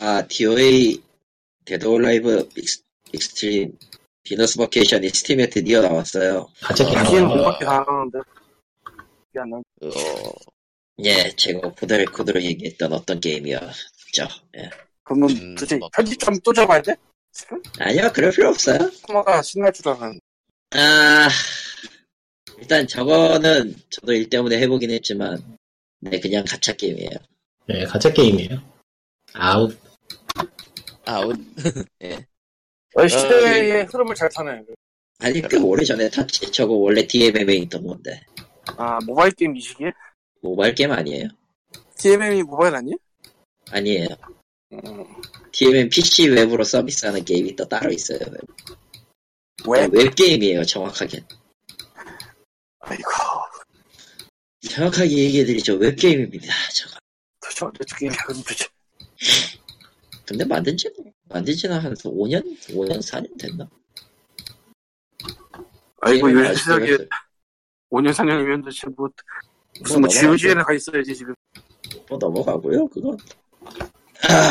아, DOA, 데드 올 라이브 익스트림, 비너스 버케이션이 스팀에 드디어 나왔어요. 가짜 어, 여기는 개념. 뭐. 공밖에 안 하는데 이게 안 나와. 어, 예, 제가 보달 코드로 얘기했던 어떤 게임이었죠. 예. 그러면 음, 도대체 뭐. 편집점 또 잡아야 돼? 지금? 아니요, 그럴 필요 없어요. 코마가 신날 줄 알았는데 아, 일단 저거는 저도 일 때문에 해보긴 했지만, 네, 그냥 가차 게임이에요. 예, 가짜 게임이에요. 아웃. 아웃 어, 시대의 흐름을 잘 타네 아니, 꽤 오래전에 탔지. 저거 원래 DMM에 있던 건데. 아 모바일 게임 이 시기에? 모바일 게임 아니에요. DMM이 모바일 아니야? 아니에요. 음, DMM PC 웹으로 서비스하는 게임이 또 따로 있어요. 왜? 웹게임이에요, 정확하게. 아이고 정확하게 얘기해드리죠. 웹게임입니다, 저거. 도대체 어떻게 게임이야 그럼 도대체 근데 만든 지, 만든 지는 한 5년? 5년, 4년 됐나? 아이고 요즘 아직도 세상에 그랬어요. 5년 4년이면 도대체 뭐뭐 무슨 뭐 넘어가죠. GOG에나 가 있어야지 지금 뭐 넘어가고요, 그건. 아,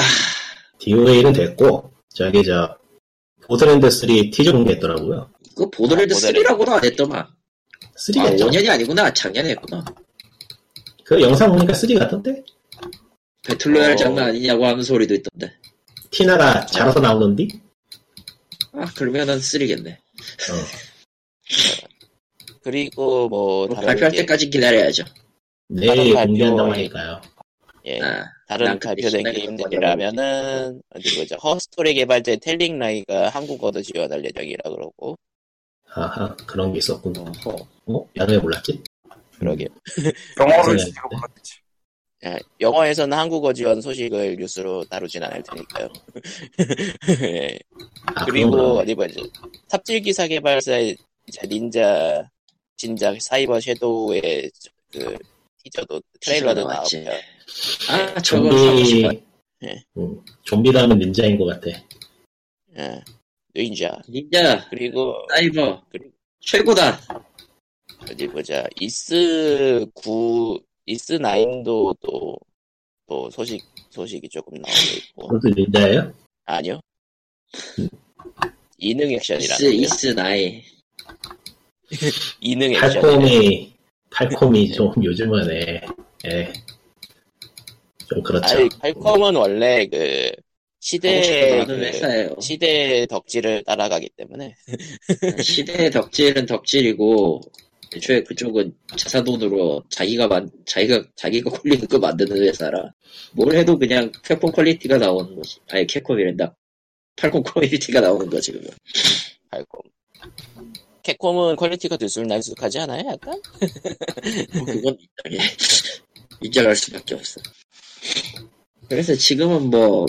DOA는 됐고, 저기 저, 보드랜드 3 티저 공개했더라고요. 그 보더랜드 아, 3라고도 안 했더만. 아, 3겠죠? 5년이 아니구나. 작년에 했구나. 그 영상 보니까 3 같던데? 배틀로얄 어. 장난 아니냐고 하는 소리도 있던데. 티나가 자라서 나오는디? 아, 그러면은 3겠네. 어. 그리고 뭐 다른 발표할 게- 때까지 기다려야죠. 내일 발표. 공개한다고 하니까요. 예, 아, 다른 난 그때 발표된 신나게 게임들이라면은 어디 보자 허스토리 개발자 텔링 라이가 한국어도 지원할 예정이라 그러고 하하, 그런 게 있었군요. 어허. 어? 야, 왜 몰랐지? 그러게 영어를 네. 지키고 몰랐지 음. 예, 영어에서는 한국어 지원 소식을 뉴스로 다루진 않을 테니까요. 예, 아, 그리고 그리고 어디 보자 삽질 기사 개발사의 이제 닌자 진작 사이버 섀도우의 그 티저도 트레일러도 티저도 나왔지. 나왔고요. 아, 저거 사고 싶어. 좀비, 예. 음, 좀비라면 닌자인 것 같아. 예, 닌자 닌자, 그리고 사이버. 그리고- 최고다. 어디 보자. 이스 9, 이스 9도 또, 또 소식, 소식이 조금 나오고 있고. 그것도 닌자예요? 아니요. 이능 액션이라는 이스 거예요. 이스 나이 이능 액션. 팔콤이 예. 팔콤이 좀 요즘은에 예. 좀 그렇죠. 아니 팔콤은 원래 그 아, 시대의 하는 그 회사예요. 시대의 덕질을 따라가기 때문에 시대의 덕질은 덕질이고 애초에 그쪽은 자사돈으로 자기가 만 자기가 자기가 콜리는 거 만드는 회사라 뭘 해도 그냥 캡콤 퀄리티가 나오는 거지. 아니 캡콤이란다. 팔콤 퀄리티가 나오는 거지 그거. 팔콤. 캡콤은 퀄리티가 들쑥날쑥하지 않아요? 약간? 뭐 그건 인정해. 인정할 수밖에 없어. 그래서 지금은 뭐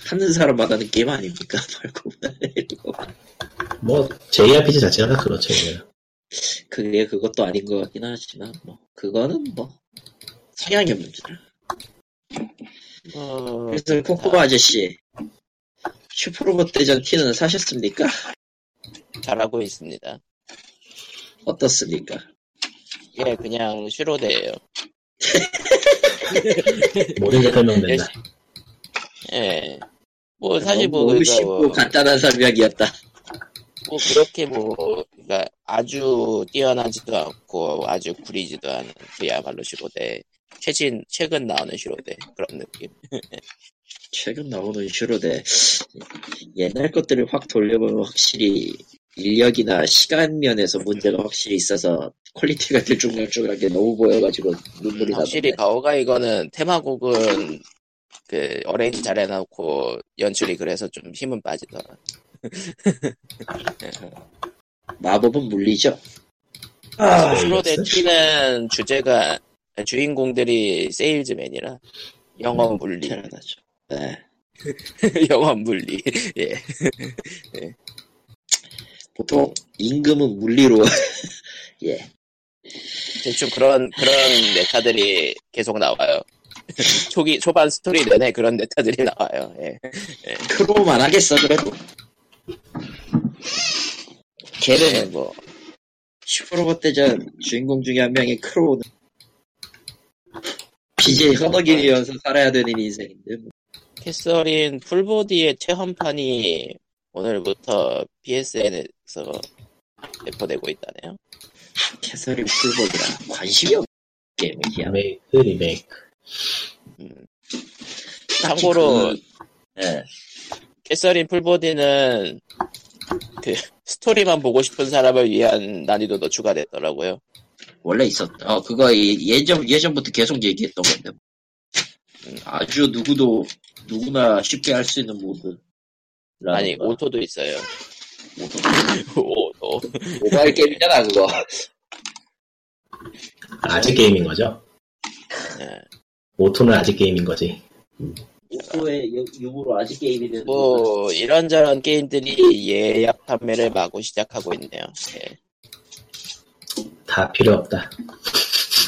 하는 사람마다 하는 게임 아닙니까? 팔콤은 이거. 뭐 JRPG 자체가 그렇죠. 그냥. 그게 그것도 아닌 것 같긴 하지만 뭐 그거는 뭐 성향이 없는 줄. 어, 그래서 코코바 아저씨 슈퍼로봇 대전 티는 사셨습니까? 잘하고 있습니다. 어떻습니까? 아. 예, 그냥 슈로데예요. 모든 게 설명된다. 예. 뭐 사실 뭐 네, 너무 그러니까 쉽고 뭐, 간단한 설명이었다. 뭐 그렇게 뭐 그러니까 아주 뛰어나지도 않고 아주 구리지도 않은 그야말로 슈로데. 최신 최근 나오는 슈로데 그런 느낌. 최근 나오는 슈로데 옛날 것들을 확 돌려보면 확실히 인력이나 시간 면에서 문제가 확실히 있어서 퀄리티가 들쭉날쭉한 게 너무 보여가지고 눈물이 나던데 확실히 가오가 이거는 테마곡은 그 어레인지 잘 해놓고 연출이 그래서 좀 힘은 빠지더라. 마법은 물리죠. 아, 아, 예, 슈로데 티는 주제가 주인공들이 세일즈맨이라 영어 물리, 대단하죠. 네. 영어 물리. 예. 보통 임금은 물리로 예 대충 그런 그런 메타들이 계속 나와요. 초기 초반 스토리 내내 그런 메타들이 나와요. 예. 크로만 하겠어 그래도 예, 걔는 뭐 슈퍼로봇 대전 주인공 중에 한 명인 크로는 BJ 허덕이면서 살아야 되는 인생인데 뭐. 캐서린 풀보디의 체험판이 오늘부터 PSN에서 배포되고 있다네요. 캐서린 풀복이라 관심이 없는 게임이야 리메이크 리메이크. 음. 참고로 예. 캐서린 풀보디는 그 스토리만 보고 싶은 사람을 위한 난이도도 추가됐더라고요. 원래 있었다 어, 그거 이- 예전, 예전부터 계속 얘기했던 건데 뭐. 음, 아주 누구도 누구나 쉽게 할 수 있는 모드 아니 오토도 있어요. 오토. 모바일 게임이잖아 그거 아직 게임인 거죠? 예. 오토는 아직 게임인 거지. 오토의 유무로 아직 게임이 되는 뭐 이런저런 게임들이 예약 판매를 마구 시작하고 있네요. 예. 다 필요 없다.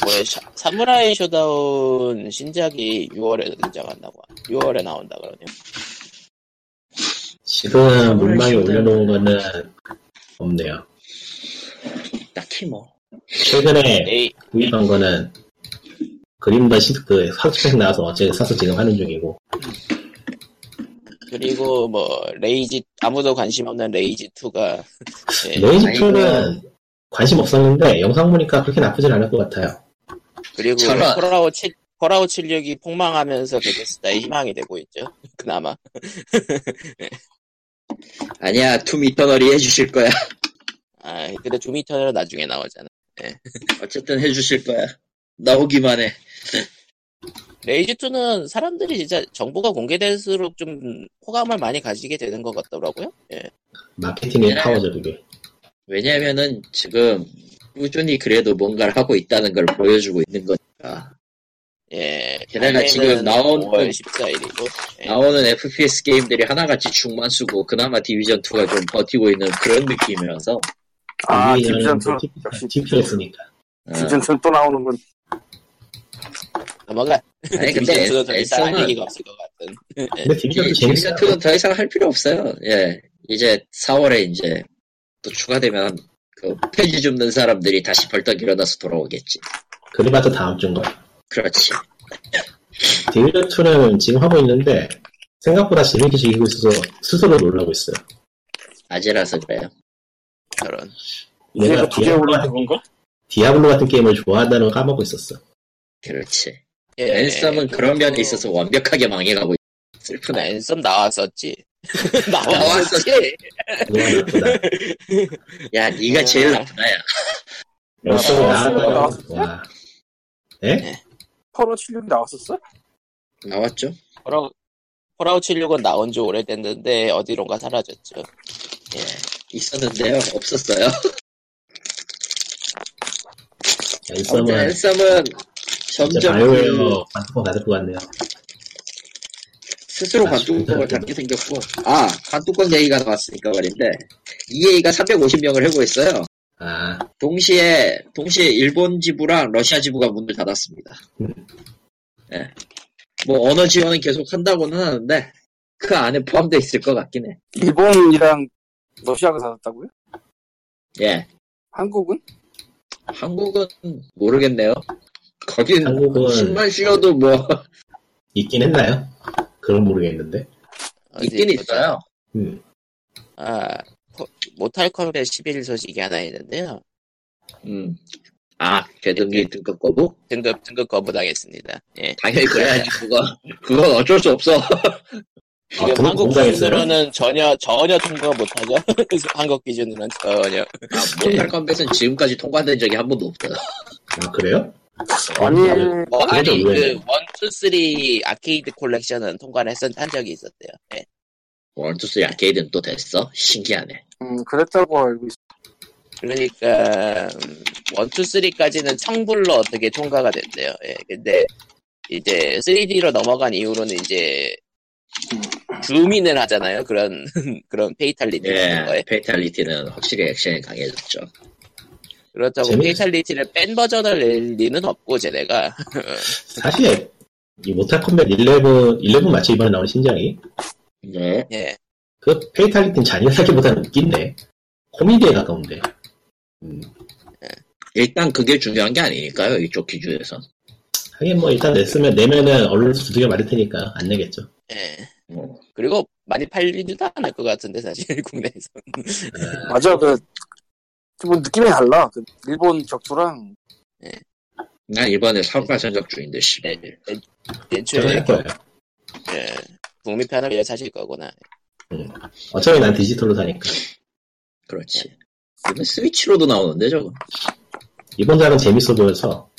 뭐 샤- 사무라이 쇼다운 신작이 6월에 등장한다고 6월에 나온다 그러네요. 아, 지금 물망에 올려놓은 거는 없네요. 딱히 뭐 최근에 에이 구입한 거는 그림더 시- 그 확장 나와서 어제 사서 지금 하는 중이고 그리고 뭐 레이지 아무도 관심 없는 레이지 2가 레이지 아이고. 2는 관심 없었는데 영상 보니까 그렇게 나쁘진 않을 것 같아요. 그리고 저런. 폴아웃 7 폴아웃 76이 폭망하면서 베데스다의 희망이 되고 있죠. 그나마 아니야 툼 이터널이 해주실 거야 아 근데 조미터는 나중에 나오잖아. 어쨌든 해주실 거야 나오기만 해 네, 레이지 2는 사람들이 진짜 정보가 공개될수록 좀 호감을 많이 가지게 되는 것 같더라고요. 예. 마케팅의 네. 파워죠 그게. 왜냐면은 지금 꾸준히 그래도 뭔가를 하고 있다는 걸 보여주고 있는 거니까 예. 걔네가 지금 발매는 뭐 나온 그 5월 14일이고. 나오는 FPS 게임들이 하나같이 죽만 쓰고 그나마 디비전 2가 좀 버티고 있는 그런 느낌이라서 아, 이게 디비전 뭐 2. TP- 역시 네. TPS니까. 어. 디비전 2또 나오는 건 넘어가. 아니 근데 디비전2는 더 이상 할 에서는 얘기가 없을 것 같은. 근데 네, 디비전도 디비전 재밌어요. 2는 더 이상 할 필요 없어요 예 이제 4월에 이제 또 추가되면 그 폐지 줍는 사람들이 다시 벌떡 일어나서 돌아오겠지 그래봤자 다음 주인 거. 그렇지 디비전 2는 지금 하고 있는데 생각보다 재밌게 즐기고 있어서 스스로 놀라고 있어요. 아재라서 그래요. 저런. 이제 내가 그 두개 기억을 올라간 건가? 디아블로 같은 게임을 좋아한다는 걸 까먹고 있었어. 그렇지. 예, 앤썸은 그런 면에 있어서 완벽하게 망해가고 있- 아, 나 슬프네. 앤썸 나왔었지. 어, 아, 나왔었지. 그건 나쁘다. 네. 야, 어. 네가 제일 나쁘다, 야. 앤썸이 아, 나왔어요? 나왔다는 예? 와. 에? 포로 76이 나왔었어? 나왔죠? 폴아웃, 폴아웃 76은 나온 지 오래됐는데 어디론가 사라졌죠. 예. 있었는데요. 없었어요. 아무튼 앤썸은 앤썸은 이제 점점 그 바이오웨어 반투권 받을 것 같네요. 스스로 관뚜껑을 닫게 생겼고 아 관뚜껑 얘기가 나왔으니까 말인데 EA가 350명을 해고했어요 아, 동시에 동시에 일본 지부랑 러시아 지부가 문을 닫았습니다 네. 예. 뭐 언어 지원은 계속 한다고는 하는데 그 안에 포함되어 있을 것 같긴 일본이랑 러시아가 닫았다고요? 해예 한국은? 한국은 모르겠네요 거긴 한국은 신발 실어도 뭐 있긴 했나요? 그건 모르겠는데. 아, 어디 있긴 보자. 있어요 음. 아, 포- 모탈 컴뱃 11 소식이 하나 있는데요. 음아 개등기 등급 거부 등급, 등급 거부당했습니다. 예. 당연히 그래야지 그거 그건 어쩔 수 없어 아, 지금 등급 한국 거부당했어요? 기준으로는 전혀, 전혀 통과 못하죠. 한국 기준으로는 전혀. 네. 못할 건배는 지금까지 통과된 적이 한 번도 없어요. 아, 그래요? 아니, 아니, 네. 어, 그래도 아니, 의외네. 그, 1, 2, 3 아케이드 콜렉션은 통과를 했었, 한 적이 있었대요. 예. 원투스 야케이드는 또 됐어? 신기하네. 음, 그랬다고 알고 있어. 그러니까, 1, 2, 3까지는 청불로 어떻게 통과가 됐대요. 예. 근데, 이제 3D로 넘어간 이후로는 이제, 주민을 하잖아요. 그런, 그런 페이탈리티 같은 네. 거에. 예, 페이탈리티는 확실히 액션이 강해졌죠. 그렇다고 재밌- 페이탈리티를 뺀 버전을 낼 리는 없고 제네가 사실, 이 모탈 컴뱃 11, 11 맞죠? 이번에 나온 신작이? 네. 예 그 페이탈리티는 잔인하기보다는 웃긴데. 코미디에 가까운데. 음. 일단 그게 중요한 게 아니니까요, 이쪽 기준에선. 하긴 뭐 일단 냈으면 내면은 언론에서 두들겨 맞을 테니까 안 내겠죠. 예. 뭐, 그리고 많이 팔리지도 않을 것 같은데 사실 국내에서 맞아, 그, 뭐 느낌이 달라. 그 일본 적투랑 난 이번에 사업가 전적 중인데, 씨. 저는 애초에 할 거예요. 예. 북미 편을 위해 사실 거구나 어차피 난 디지털로 사니까. 그렇지. 이건 스위치로도 나오는데, 저거. 이번 작은 재밌어 보여서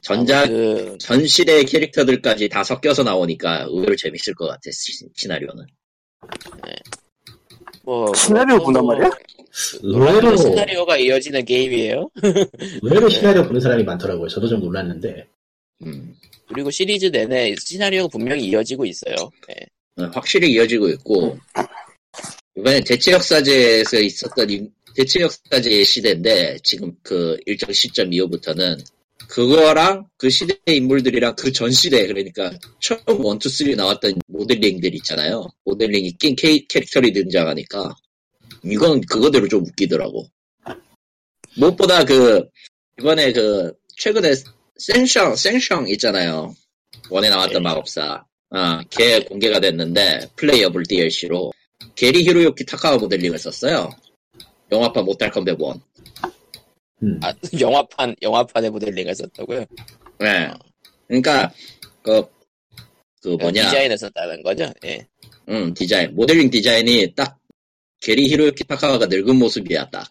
전작, 그 전 시대의 캐릭터들까지 다 섞여서 나오니까 의외로 재밌을 것 같아, 시, 시나리오는. 뭐, 시나리오구나 뭐, 말이야? 의외로 그 시나리오가 이어지는 게임이에요 의외로 시나리오 보는 사람이 많더라고요. 저도 좀 놀랐는데 음. 그리고 시리즈 내내 시나리오가 분명히 이어지고 있어요 예. 네, 확실히 이어지고 있고 이번에 대체 역사제에서 있었던 임- 대체 역사제의 시대인데 지금 그 일정 시점 이후부터는 그거랑 그 시대의 인물들이랑 그 전 시대 그러니까 처음 1, 2, 3 나왔던 모델링들 있잖아요 모델링이 낀 캐, 캐릭터들이 등장하니까 이건 그거대로 좀 웃기더라고 무엇보다 그 이번에 그 최근에 생샹 생샹 있잖아요 원에 나왔던 마법사 아, 걔 공개가 됐는데 플레이어블 DLC로 게리 히로요키 타카와 모델링을 썼어요. 영화판 못할 건데 원. 음, 아, 영화판 영화판의 모델링을 썼다고요 네. 그러니까 그, 그 뭐냐, 디자인을 썼다는 거죠 예. 음 디자인 모델링 디자인이 딱 게리 히로요키 타카와가 늙은 모습이야 딱.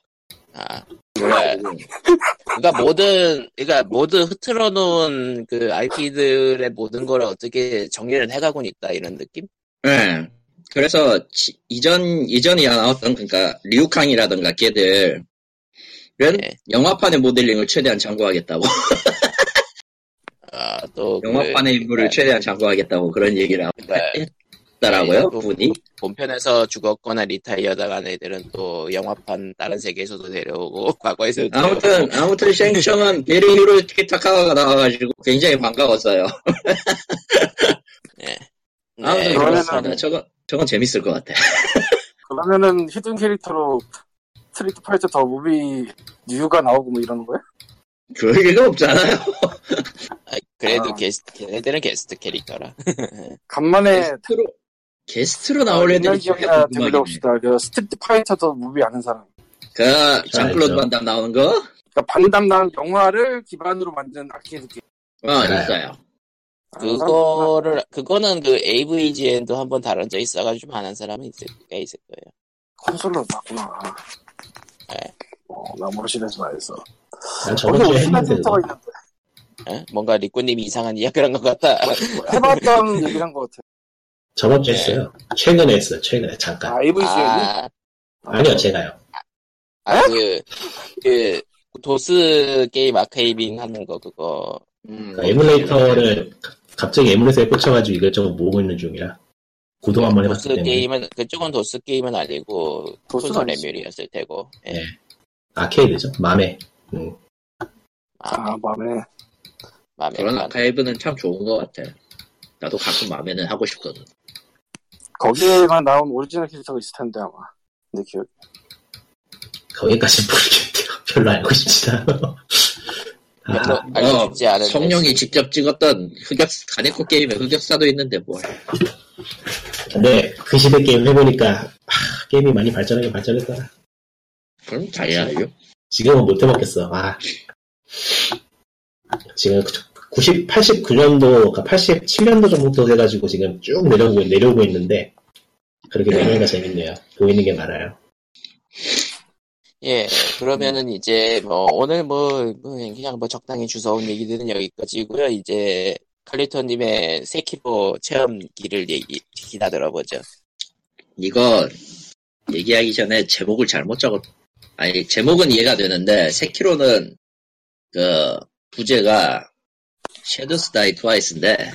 아 그러니까 모든 그러니까 모든 흐트러 놓은 그 IP들의 모든 걸 어떻게 정리를 해가곤 있다 이런 느낌? 네. 그래서 지- 이전 이전에 나왔던 그러니까 리우캉이라든가 걔들은 네. 영화판의 모델링을 최대한 참고하겠다고 아또 그 영화판의 네. 인물을 최대한 참고하겠다고 그런 얘기를 하고 그러니까 있더라고요 네. 분이. 본편에서 죽었거나 리타이어 당한 애들은 또 영화판 다른 세계에서도 데려오고 과거에서도 아무튼 아무튼 샹샹은 베리 히로 키타카와가 나와가지고 굉장히 반가웠어요. 네, 아무튼 그러면은- 그렇습니다. 저건 저건 재밌을 것 같아. 그러면은 히든 캐릭터로 스트리트 파이터 더 무비 뉴가 나오고 뭐 이러는 거야? 그럴 리가 없잖아요. 그래도 아. 게스트 걔네들은 게스트 캐릭터라 간만에 게스트로 게스트로 나올 애들이 아, 옛날 진짜 기억이나 궁금하긴 해. 되돌려봅시다. 그 스트리트 파이터도 무비 아는 사람. 그 장클로드 알죠. 반담 나오는 거? 어 그러니까 반담 나온 영화를 기반으로 만든 아케이드 게임. 있어요. 아, 그거를 그거는 그 AVGN도 한번 다룬 적 있어가지고 좀 아는 사람이 있을, 꽤 있을 거예요. 콘솔로 나왔구나. 네. 어, 나 모르시면서 말했어. 난 저번 주에 했는데 어, 센터가 있는데. 에? 예? 뭔가 리꾸님이 이상한 이야기를 한 것 같다. 뭐 해봤던 얘기를 한 것 같아. 저번 주에 했어요. 최근에 했어요. 최근에 잠깐. 아, AVC. 아, 아, 아니요 제가요. 아, 그, 그, 도스 게임 아카이빙 하는 거, 그거. 음, 그러니까 에뮬레이터를 갑자기 에뮬레이터에 꽂혀가지고 이것저것 모으고 있는 중이라 구동 한번 해봤기 도스 때문에 게임은, 그쪽은 도스 게임은 아니고, 도스가 도스는 아니지. 레뮬이었을 테고. 예. 네. 아케이드죠. 맘에. 음. 아, 마음에. 맘에 그런 안 아카이브는 참 좋은 것 같아. 나도 가끔 마음에는 하고 싶거든. 거기에만 나온 오리지널 캐릭터가 있을 텐데, 아마. 내 기억. 거기까지 모르겠대요. 별로 알고 싶지 않아요. 별로 아, 알고 싶지 어, 않은데. 성룡이 직접 찍었던 흑역 가네코 게임에 흑역사도 있는데 뭘? 근데 그 시대 게임 해보니까 아, 게임이 많이 발전하긴 발전했더라. 그럼 다이아요? 지금은 못 해먹겠어. 아. 지금 그 90, 89년도, 87년도 정도 돼가지고 지금 쭉 내려오고, 내려오고 있는데 그렇게 내려오니까 재밌네요. 보이는 게 많아요. 예, 그러면은 이제 뭐 오늘 뭐, 뭐 그냥 뭐 적당히 주워온 얘기들은 여기까지고요. 이제 칼리토님의 세키보 체험기를 얘기 기다 들어보죠. 이거 얘기하기 전에 제목을 잘못 적었. 아니 제목은 이해가 되는데 세키로는 그 부제가 섀도스 다이 트와이스인데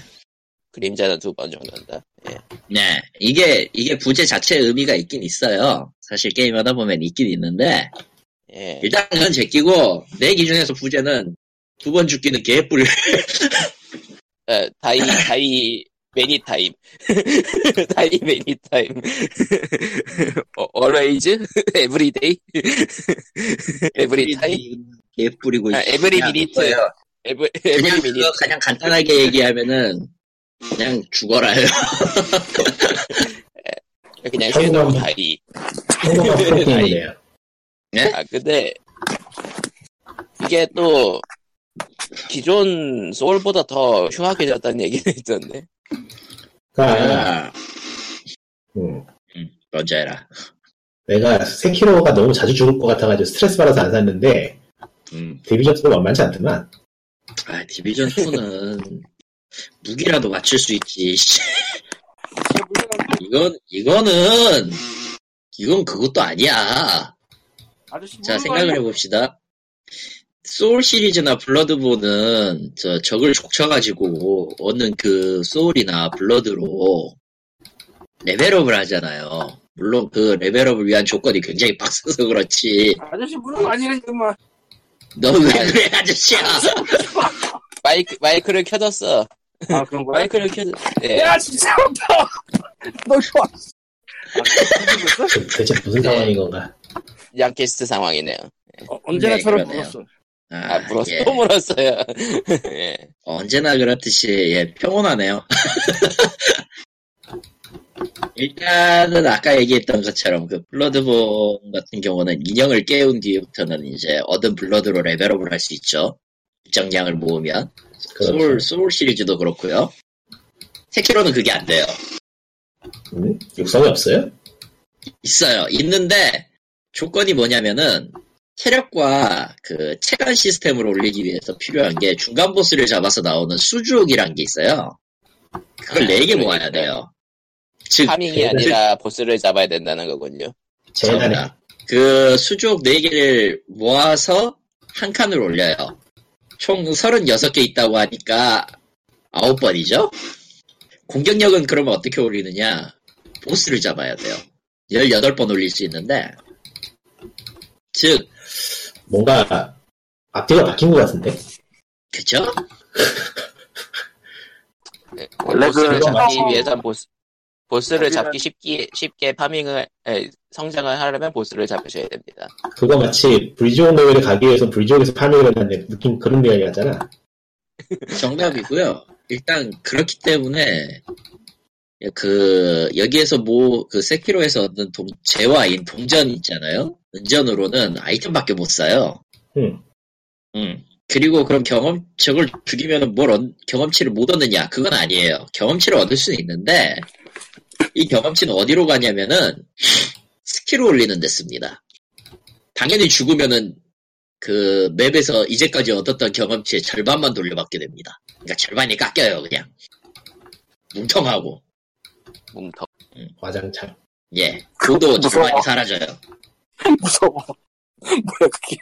그림자는 두 번 죽는다. 예. 네, 이게, 이게 부제 자체에 의미가 있긴 있어요. 사실 게임하다 보면 있긴 있는데, 예. 일단 그건 제끼고, 내 기준에서 부제는 두 번 죽기는 개뿔. 어, 다이 다이 매니 타임. 다이 매니 타임. 어, always every day. every time. 개뿔이고. 아, every minute. every every 그냥, minute. 그거 그냥 간단하게 얘기하면은, 그냥 죽어라요. 그냥 섀도우 다이. 성공한 프로게임이네요. 아, 근데 이게 또 기존 소울보다 더 흉악해졌다는 얘기는 있던데. 그러니까, 아, 음, 먼저 해라. 내가 세키로가 너무 자주 죽을 것 같아가지고 스트레스 받아서 안 샀는데 음. 데뷔전도 만만치 않더만. 아, 디비전2는, 무기라도 맞출 수 있지. 씨. 이건, 이거는, 이건 그것도 아니야. 아저씨 자, 모르는 거 아니야? 생각을 해봅시다. 소울 시리즈나 블러드본은 저 적을 족쳐가지고 얻는 그 소울이나 블러드로 레벨업을 하잖아요. 물론 그 레벨업을 위한 조건이 굉장히 빡세서 그렇지. 아저씨 모르는 거 아니래, 지금은. 너 왜 그래, 아저씨야? 마이크 마이크를 켜뒀어. 아, 그런 거야? 마이크를 켜뒀 예. 야, 진짜 아파! 너 좋아. 아, 그- 대체 무슨 상황인 건가? 양캐스트 상황이네요. 어, 언제나처럼 네, 그러네요. 불렀어. 아, 물었어. 예. 또 물었어요. 예. 어, 언제나 그렇듯이 예, 평온하네요. 일단은 아까 얘기했던 것처럼 그 블러드본 같은 경우는 인형을 깨운 뒤부터는 이제 얻은 블러드로 레벨업을 할 수 있죠. 입장량을 모으면 그렇죠. 소울 소울 시리즈도 그렇고요. 세키로는 그게 안 돼요. 음? 육성이 없어요? 있어요. 있는데 조건이 뭐냐면은 체력과 그 체감 시스템을 올리기 위해서 필요한 게 중간 보스를 잡아서 나오는 수주옥이란 게 있어요. 그걸 네 개 모아야 돼요. 즉 파밍이 아니라 보스를 잡아야 된다는 거군요. 재단에 전부 다그 수주옥 네개를 모아서 한 칸을 올려요. 총 36개 있다고 하니까 9번이죠? 공격력은 그러면 어떻게 올리느냐? 보스를 잡아야 돼요. 18번 올릴 수 있는데, 즉, 뭔가 앞뒤가 바뀐 것 같은데? 그쵸? 원래 보스를 그- 잡기 어. 위해선 보스 보스를 거기는- 잡기 쉽게 쉽게 파밍을 에, 성장을 하려면 보스를 잡으셔야 됩니다. 그거 마치 브리지온 레벨에 가기 위해서 브리지온에서 파밍을 한다는 느낌 그런 이야기 하잖아. 정답이고요. 일단 그렇기 때문에 그 여기에서 뭐 그 세키로에서 얻는 동 재화인 동전 있잖아요. 은전으로는 아이템밖에 못 사요. 음. 음. 그리고 그럼 경험 저걸 죽이면 뭘 얻- 경험치를 못 얻느냐? 그건 아니에요. 경험치를 얻을 수는 있는데 이 경험치는 어디로 가냐면은 스킬을 올리는 데 씁니다. 당연히 죽으면은 그 맵에서 이제까지 얻었던 경험치의 절반만 돌려받게 됩니다. 그러니까 절반이 깎여요 그냥 뭉텅하고 뭉터. 과장창. 예. 그것도 무서워. 절반이 사라져요. 무서워. 뭐야 그게?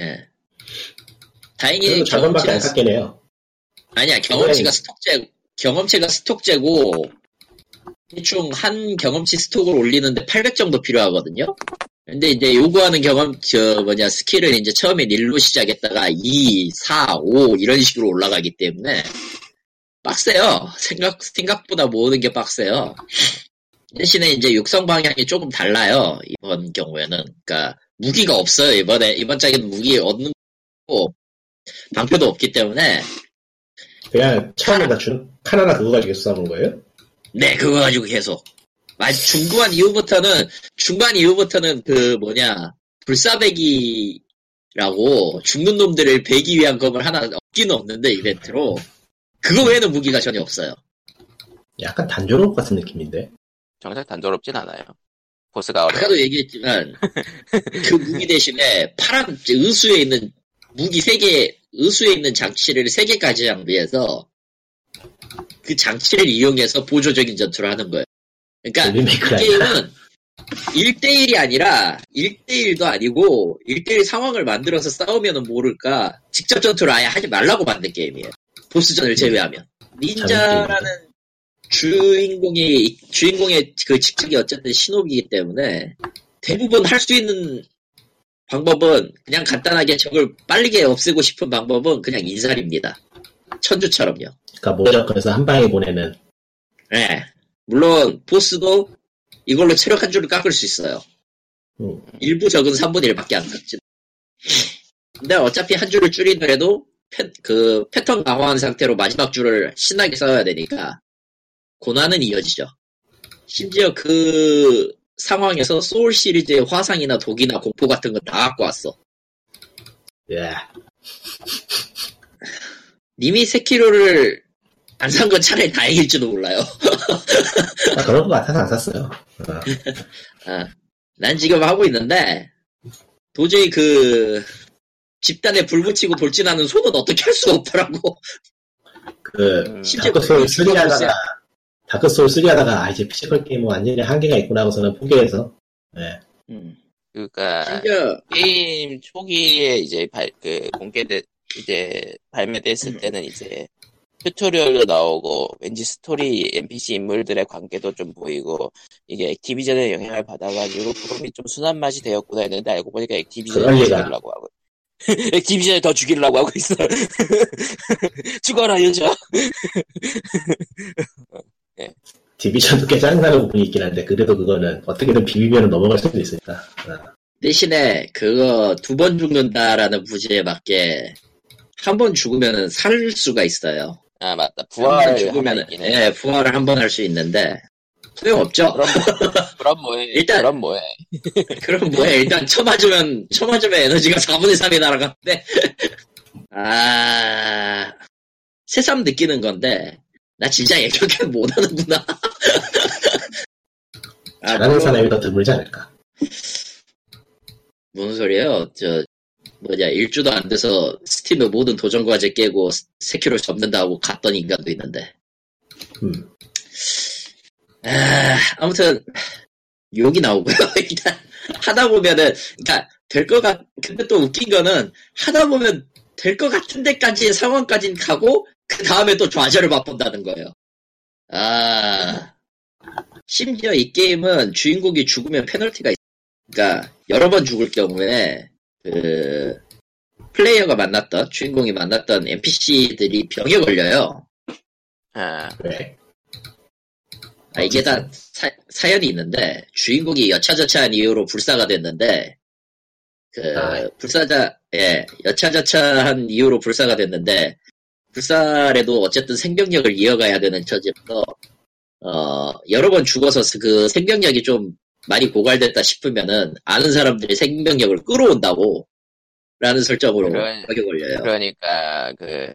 예. 그래도 다행히 절반밖에 안 경험치가 깎이네요. 아니야 경험치가 그거는- 스톡제 경험치가 스톡제고 대충 한 경험치 스톡을 올리는데 800 정도 필요하거든요. 근데 이제 요구하는 경험 저 뭐냐 스킬은 이제 처음에 1로 시작했다가 2, 4, 5 이런 식으로 올라가기 때문에 빡세요. 생각 생각보다 모으는 게 빡세요. 대신에 이제 육성 방향이 조금 달라요 이번 경우에는 그러니까 무기가 없어요 이번에 이번 짝에는 무기 얻는 거고 방패도 없기 때문에 그냥 처음에다 준 카나나 그거 가지고 싸운 거예요? 네, 그거 가지고 계속. 아, 중간 이후부터는, 중반 이후부터는 그 뭐냐, 불사배기라고 죽는 놈들을 베기 위한 검을 하나 없긴 없는데, 이벤트로. 그거 외에는 무기가 전혀 없어요. 약간 단조로운 것 같은 느낌인데. 정작 단조롭진 않아요. 보스가 어려. 아까도 얘기했지만, 그 무기 대신에 파란, 의수에 있는, 무기 세개 의수에 있는 장치를 세개까지 장비해서, 그 장치를 이용해서 보조적인 전투를 하는 거예요. 그러니까, 리메이크 라인. 게임은 1대1이 아니라 1대1도 아니고 1대1 상황을 만들어서 싸우면은 모를까 직접 전투를 아예 하지 말라고 만든 게임이에요. 보스전을 제외하면. 닌자라는 주인공이 주인공의 그 직책이 어쨌든 신호기이기 때문에 대부분 할 수 있는 방법은 그냥 간단하게 적을 빠르게 없애고 싶은 방법은 그냥 인살입니다. 천주처럼요. 그러니까 모자건에서 한 방에 보내는 네. 물론 보스도 이걸로 체력 한 줄을 깎을 수 있어요. 음. 일부 적은 3분의 1밖에 안 깎지. 근데 어차피 한 줄을 줄이더라도 패, 그 패턴 강화한 상태로 마지막 줄을 신나게 써야 되니까 고난은 이어지죠. 심지어 그 상황에서 소울 시리즈의 화상이나 독이나 공포 같은 건 다 갖고 왔어. 예. 님이 세키로를 안 산 건 차라리 다행일지도 몰라요. 나 그런 것 같아서 안 샀어요. 어. 아, 난 지금 하고 있는데 도저히 그 집단에 불 붙이고 돌진하는 손은 어떻게 할 수가 없더라고. 그 음, 심지어 다크소울 그 3 하다가 다크소울 3 하다가 아 이제 피지컬 게임은 완전히 한계가 있구나 하고서는 포기해서 예. 음. 그러니까 심지어 게임 초기에 이제 발, 그 공개돼 이제 발매됐을 때는 이제 튜토리얼도 나오고 왠지 스토리 NPC 인물들의 관계도 좀 보이고 이게 액티비전의 영향을 받아가지고 그놈이 좀 순한 맛이 되었구나 했는데 알고 보니까 액티비전을 그럴 더 리가. 죽이려고 하고 액티비전을 더 죽이려고 하고 있어 죽어라 여자 디비전도 꽤 짜증나는 부분이 있긴 한데 그래도 그거는 어떻게든 비비면 넘어갈 수도 있으니까 어. 대신에 그거 두 번 죽는다라는 부제에 맞게 한 번 죽으면 살 수가 있어요. 아 맞다 부활 한번 죽으면 죽으면 예 부활을 한 번 할 수 있는데 소용 없죠. 그럼 그럼 뭐해 일단- 그럼 뭐해 그럼 뭐야 일단 쳐맞으면 쳐맞으면 에너지가 4분의 3이 날아가는데 아 새삼 느끼는 건데 나 진짜 예측을 못하는구나 아, 잘하는 물론- 사람이 더 드물지 않을까 무슨 소리예요 저 뭐냐 일주도 안 돼서 스팀의 모든 도전 과제 깨고 세큐로 접는다고 갔던 인간도 있는데 음. 아, 아무튼 욕이 나오고요. 일단 하다 보면은 그러니까 될 것 같. 근데 또 웃긴 거는 하다 보면 될 것 같은 데까지의 상황까지는 가고 그 다음에 또 좌절을 맛본다는 거예요. 아 심지어 이 게임은 주인공이 죽으면 페널티가 있. 그러니까 여러 번 죽을 경우에 그 플레이어가 만났던 주인공이 만났던 NPC들이 병에 걸려요. 아 네. 아, 이게 그렇죠. 다 사, 연이 있는데 주인공이 여차저차한 이유로 불사가 됐는데 그 아. 불사자 예 여차저차한 이유로 불사가 됐는데 불사라도 어쨌든 생명력을 이어가야 되는 처지라서 어, 여러 번 죽어서 그 생명력이 좀 많이 고갈됐다 싶으면은 아는 사람들이 생명력을 끌어온다고 라는 설정으로 그런- 하게 걸려요. 그러니까 그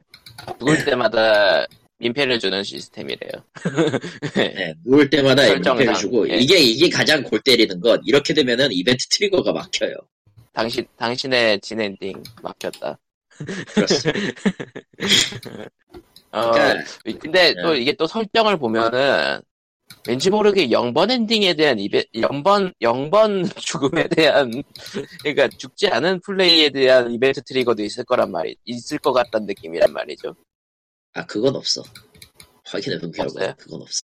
죽을 때마다 민폐를 주는 시스템이래요. 네, 누울 때마다 설정상, MP를 주고 예. 이게 이게 가장 골 때리는 건 이렇게 되면은 이벤트 트리거가 막혀요. 당신 당신의 진엔딩 막혔다. 그렇습니다. 어, 그러니까 근데 또 네. 이게 또 설정을 보면은 왠지 모르게 0번 엔딩에 대한 이베, 0번 0번 죽음에 대한 그러니까 죽지 않은 플레이에 대한 이벤트 트리거도 있을 거란 말이 있을 것 같다는 느낌이란 말이죠. 아 그건 없어. 확인해 본 결과 없어요? 그건 없어.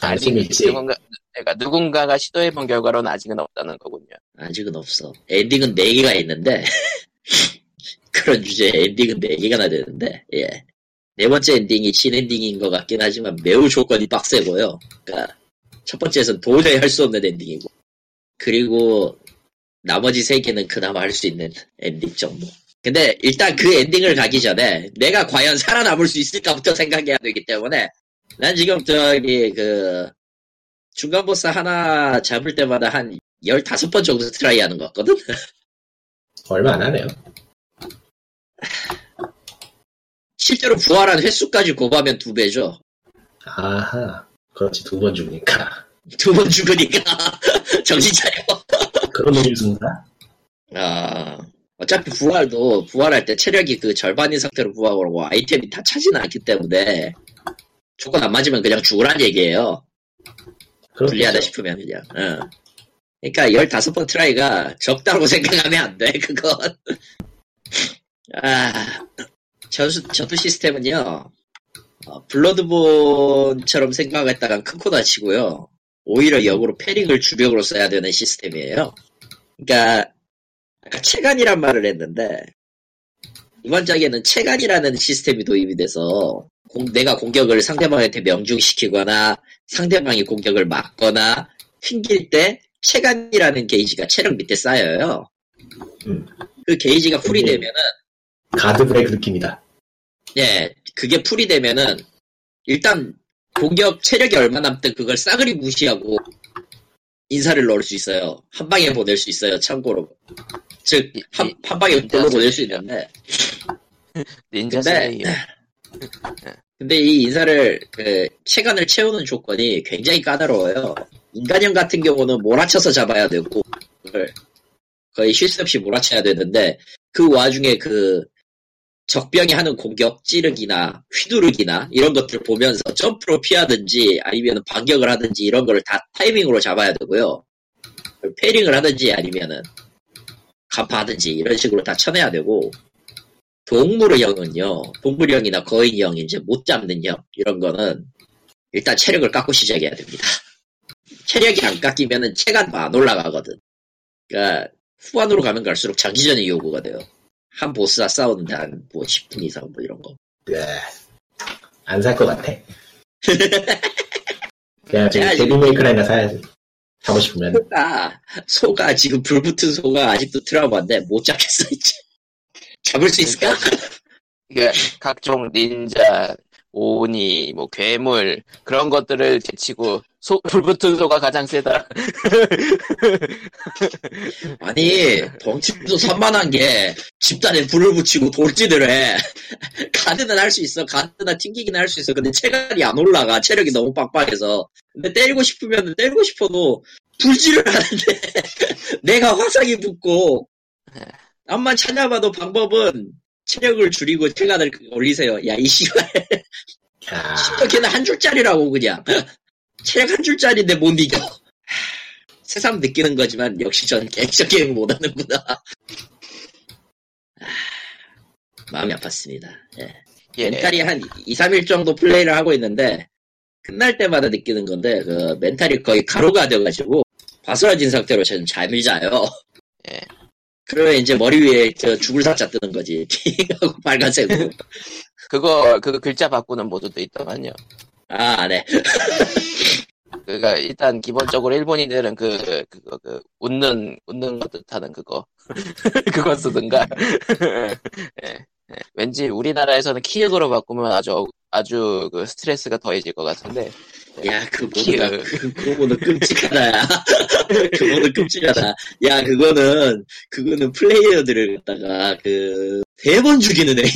아, 지금 있지. 누군가 그러니까 누군가가 시도해 본 결과로는 아직은 없다는 거군요. 아직은 없어. 엔딩은 4 개가 있는데 그런 주제에 엔딩은 4 개가나 되는데 예. 네 번째 엔딩이 진 엔딩인 것 같긴 하지만 매우 조건이 빡세고요. 그러니까 첫 번째에선 도저히 할 수 없는 엔딩이고 그리고 나머지 세 개는 그나마 할 수 있는 엔딩 정도. 근데 일단 그 엔딩을 가기 전에 내가 과연 살아남을 수 있을까부터 생각해야 되기 때문에 난 지금 저기 그 중간 보스 하나 잡을 때마다 한 15번 정도 트라이 하는 것 같거든? 얼마 안 하네요. 실제로 부활한 횟수까지 곱하면 두 배죠. 아하. 그렇지, 두 번 죽으니까. 두 번 죽으니까 정신 차려. 그런 의미인가? 아, 어차피 부활도 부활할 때 체력이 그 절반인 상태로 부활하고 아이템이 다 차지는 않기 때문에 조건 안 맞으면 그냥 죽으란 얘기예요. 그렇겠죠. 불리하다 싶으면 그냥. 응. 그러니까 15번 트라이가 적다고 생각하면 안 돼, 그건. 아, 저수, 저도 시스템은요, 어, 블러드본처럼 생각했다간 큰코 다치고요. 오히려 역으로 패링을 주력으로 써야 되는 시스템이에요. 그러니까, 아까 체간이란 말을 했는데, 이번 작에는 체간이라는 시스템이 도입이 돼서, 공- 내가 공격을 상대방한테 명중시키거나, 상대방이 공격을 막거나 튕길 때 체간이라는 게이지가 체력 밑에 쌓여요. 음. 그 게이지가 풀이 음. 되면은 가드 브레이크 느낌이다. 예 그게 풀이 되면은 일단 공격 체력이 얼마 남든 그걸 싸그리 무시하고 인사를 넣을 수 있어요. 한 방에 보낼 수 있어요. 참고로 즉 이- 한 이- 한 방에 돌로 보낼 수 있는데 닌자 근데- 슬레이어. 근데 이 인사를 그 체간을 채우는 조건이 굉장히 까다로워요. 인간형 같은 경우는 몰아쳐서 잡아야 되고 그걸 거의 쉴새 없이 몰아쳐야 되는데 그 와중에 그 적병이 하는 공격 찌르기나 휘두르기나 이런 것들을 보면서 점프로 피하든지 아니면 반격을 하든지 이런 거를 다 타이밍으로 잡아야 되고요. 그 페링을 하든지 아니면은 간파하든지 이런 식으로 다 쳐내야 되고 동물형은요, 동물형이나 거인형, 이제 못 잡는 형, 이런 거는 일단 체력을 깎고 시작해야 됩니다. 체력이 안 깎이면은 체간도 안 올라가거든. 그러니까 후반으로 가면 갈수록 장기전이 요구가 돼요. 한 보스와 싸우는데 한뭐 10분 이상 뭐 이런 거. 네. 안 살 것 같아. 그냥 저기 야, 데빌메이크라이나 사야지. 사고 싶으면. 소가, 그러니까 소가 지금 불 붙은 소가 아직도 트라우마인데 못 잡겠어, 이제. 잡을 수 있을까? 그러니까 각종 닌자, 오니, 뭐 괴물 그런 것들을 제치고 소, 불붙은 소가 가장 세다. 아니, 덩치도 산만한 게 집단에 불을 붙이고 돌진을 해. 가드는 할 수 있어. 가드나 튕기기는 할 수 있어. 근데 체력이 안 올라가. 체력이 너무 빡빡해서. 근데 때리고 싶으면 때리고 싶어도 불질을 하는데 내가 화상이 붙고 암만 찾아봐도 방법은 체력을 줄이고 체간을 올리세요. 야, 이 씨발. 야, 심지어 아, 걔는 한 줄짜리라고 그냥. 체력 한 줄짜리인데 못 이겨. 새삼 느끼는 거지만 역시 전 객적 게임 못하는구나. 아, 마음이 아팠습니다. 예. 예. 멘탈이 한 2, 3일 정도 플레이를 하고 있는데 끝날 때마다 느끼는 건데 그 멘탈이 거의 가루가 돼가지고 바스라진 상태로 지금 잠이 자요. 예. 그러면 이제 머리 위에 저 죽을 사자 뜨는 거지. 핑하고 빨간색으로. 그거 그 글자 바꾸는 모드도 있더만요. 아, 네. 그러니까 일단 기본적으로 일본인들은 그 그거 그 웃는 웃는 것 뜻하는 그거 그거 쓰든가. 예. 예. 왠지 우리나라에서는 키읔으로 바꾸면 아주 아주 그 스트레스가 더해질 것 같은데 야, 그보다, 키읔. 그거보다 끔찍하다, 야. 그거보다 끔찍하다. 야, 그거는, 그거는 플레이어들을 갖다가, 그, 대번 죽이는 애야.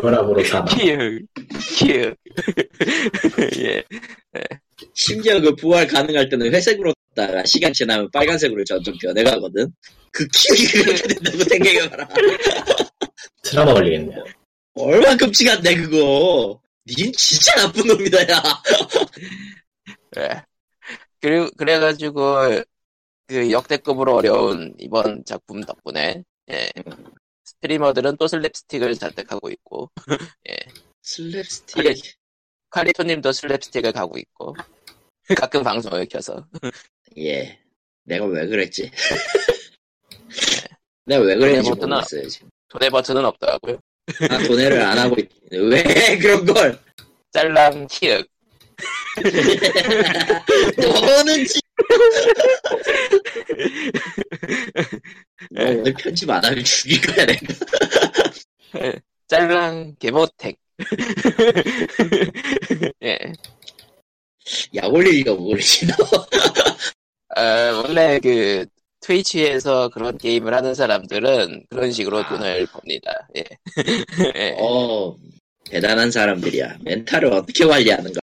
혈압으로 사망. 키읔. 키읔. 예. 심지어 그 부활 가능할 때는 회색으로 갔다가, 시간 지나면 빨간색으로 점점 변해가거든. 그 키우기 그렇게 된다고 생각해봐라. 트라마 걸리겠네요. 얼마나 끔찍한데, 그거. 닌 진짜 나쁜 놈이다, 야. 예. 그리고 그래가지고 그 역대급으로 어려운 이번 작품 덕분에 예. 스트리머들은 또 슬랩스틱을 선택하고 있고 슬랩스틱. 카리토님도 슬랩스틱을 가고 있고 가끔 방송을 켜서 예. 내가 왜 그랬지? 내가 왜 그랬는지 그래, 뭐구나. 네, 모르겠어요, 지금. 돈의 버튼은 없더라고요. 아, 돈해를 안 하고 있... 왜 그런 걸? 짤랑 키읔 너는 지... 너 오늘 편집 안 하면 죽일 거야, 내가. 짤랑 개보택 예. 약올리기가 모르지, 너. 어, 원래 그 트위치에서 그런 게임을 하는 사람들은 그런 식으로 아. 돈을 법니다. 예. 예. 어, 대단한 사람들이야. 멘탈을 어떻게 관리하는가.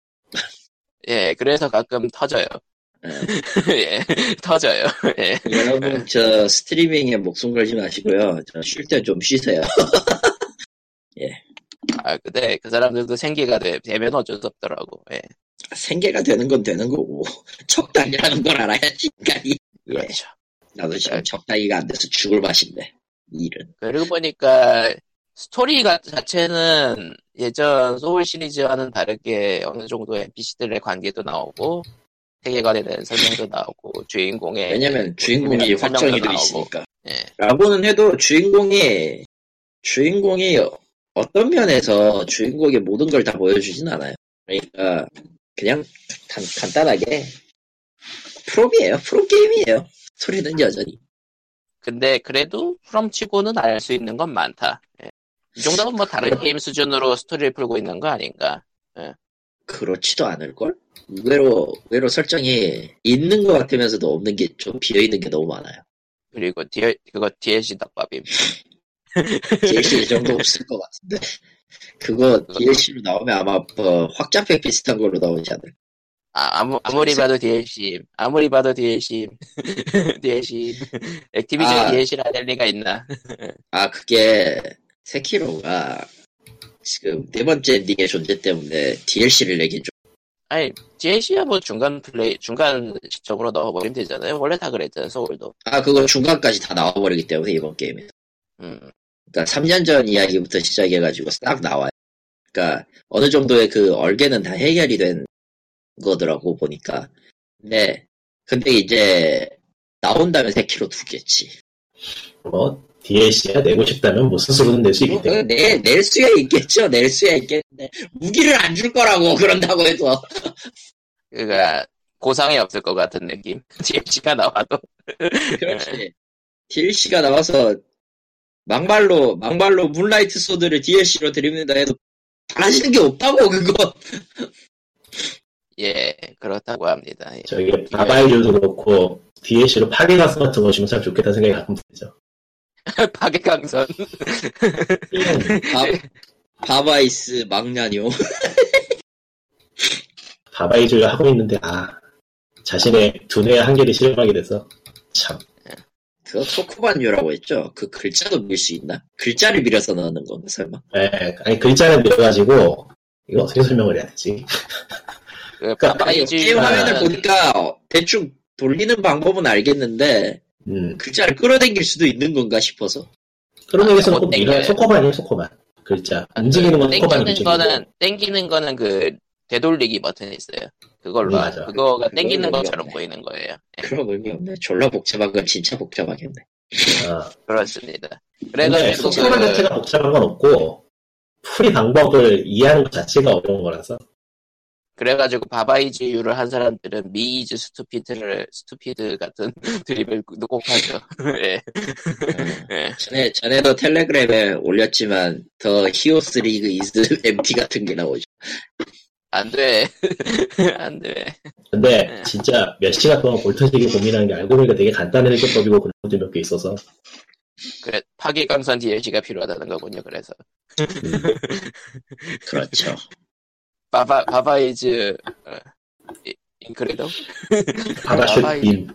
예, 그래서 가끔 터져요. 예, 터져요. 예, 여러분, 저 스트리밍에 목숨 걸지 마시고요. 저 쉴 때 좀 쉬세요. 아, 근데 그 사람들도 생계가 되, 면 어쩔 수 없더라고. 예, 생계가 되는 건 되는 거고, 적당이라는 걸 알아야지, 인간이. 그렇죠. 나도 네. 지금 적당히가 안 돼서 죽을 맛인데 이 일은 그러고 보니까 스토리가 자체는 예전 소울 시리즈와는 다르게 어느 정도 NPC들의 관계도 나오고 세계관에 대한 설명도 나오고 주인공의 예, 왜냐면 주인공이 뭐 설명도 확정이 돼 나오고. 있으니까 예, 라고는 해도 주인공이 주인공이 어떤 면에서 주인공의 모든 걸 다 보여주진 않아요 그러니까 그냥 단, 간단하게 프로비에요 프로게임이에요 소리는 여전히 근데 그래도 프롬치고는 알 수 있는 건 많다. 예. 이 정도면 뭐 다른 게임 수준으로 스토리를 풀고 있는 거 아닌가? 그렇지도 않을걸? 의외로, 의외로 설정이 있는 것 같으면서도 없는 게 좀 비어있는 게 너무 많아요 그리고 디, 그거 DLC 덮밥임. DLC 이 정도 없을 것 같은데. 그거 DLC로 나오면 아마 어, 확장팩 비슷한 걸로 나오지 않을까. 아, 아무, 아무리 봐도 DLC. 아무리 봐도 DLC. DLC. 액티비전 아. DLC라 될 리가 있나. 아, 그게 세키로가 지금 네 번째 엔딩의 존재 때문에 DLC를 내긴 좀. 아니, DLC야 뭐 중간 플레이, 중간 시점으로 넣어버리면 되잖아요. 원래 다 그랬잖아요, 서울도. 아, 그거 중간까지 다 나와버리기 때문에 이번 게임에. 음, 그러니까 3년 전 이야기부터 시작해가지고 싹 나와요. 그러니까 어느 정도의 그 얼개는 다 해결이 된 거더라고 보니까. 네. 근데 이제 나온다면 세키로 두 개지. 뭐, DLC야 내고 싶다면 뭐 스스로는 낼 수 있기 그 때문에. 내, 낼 수야 있겠죠. 낼 수야 있겠는데. 무기를 안 줄 거라고, 그런다고 해서. 그니까, 보상이 없을 것 같은 느낌. DLC가 나와도. 그렇지. DLC가 예. 나와서, 막말로, 막말로, 문라이트 소드를 DLC로 드립니다 해도, 달라지는 게 없다고, 그거. 예, 그렇다고 합니다. 예. 저기 바바일류도 그렇고 DLC로 파괴가스 같은 거 주면 참 좋겠다는 생각이 가끔 들죠. 파괴강선. 그, 음. 바, 바바이스 망나뇨. 바바이즈가 하고 있는데 아 자신의 두뇌의 한계를 실험하게 돼서 참 그거 토코반요라고 했죠. 그 글자도 밀 수 있나? 글자를 밀어서 넣는 건가, 설마? 에, 아니 글자를 밀어가지고 이거 어떻게 설명을 해야 되지? 그 아니, 바바이즈. 그러니까 게임 화면을 보니까, 대충 돌리는 방법은 알겠는데, 음 글자를 끌어당길 수도 있는 건가 싶어서. 그런 아, 거에서는 뭐 꼭 밀어 땡겨요. 아, 소코반이에요 소코반 글자 움직이는 건 소코반 땡기는 움직이고 거는, 땡기는 거는 그, 되돌리기 버튼이 있어요. 그걸로. 음, 맞아. 그거가 땡기는 그거는 것처럼 없네. 보이는 거예요. 그런 의미 없네. 졸라 복잡한 건 진짜 복잡하겠네. 어. 그렇습니다. 근데 그래가지고 소코반 그, 자체가 복잡한 건 없고 풀이 방법을 이해하는 것 자체가 어려운 거라서 그래가지고 바바이즈유를 한 사람들은 미이즈 스투피드를 스투피드 같은 드립을 꼭 하죠. 예, 예. 전에, 전에도 텔레그램에 올렸지만, 더 히오스 리그 이즈 MT 같은 게 나오죠. 안 돼. 안 돼. 네. 근데 진짜 몇 시간 동안 볼터지게 고민하는 게 알고 보니까 되게 간단한 해결법이고 그런 것도 몇 개 있어서 그래, 파기강산 DLC가 필요하다는 거군요, 그래서. 그렇죠. 바바, 바바이즈, 어, 이- 인크레도? 바바이. 바바슛님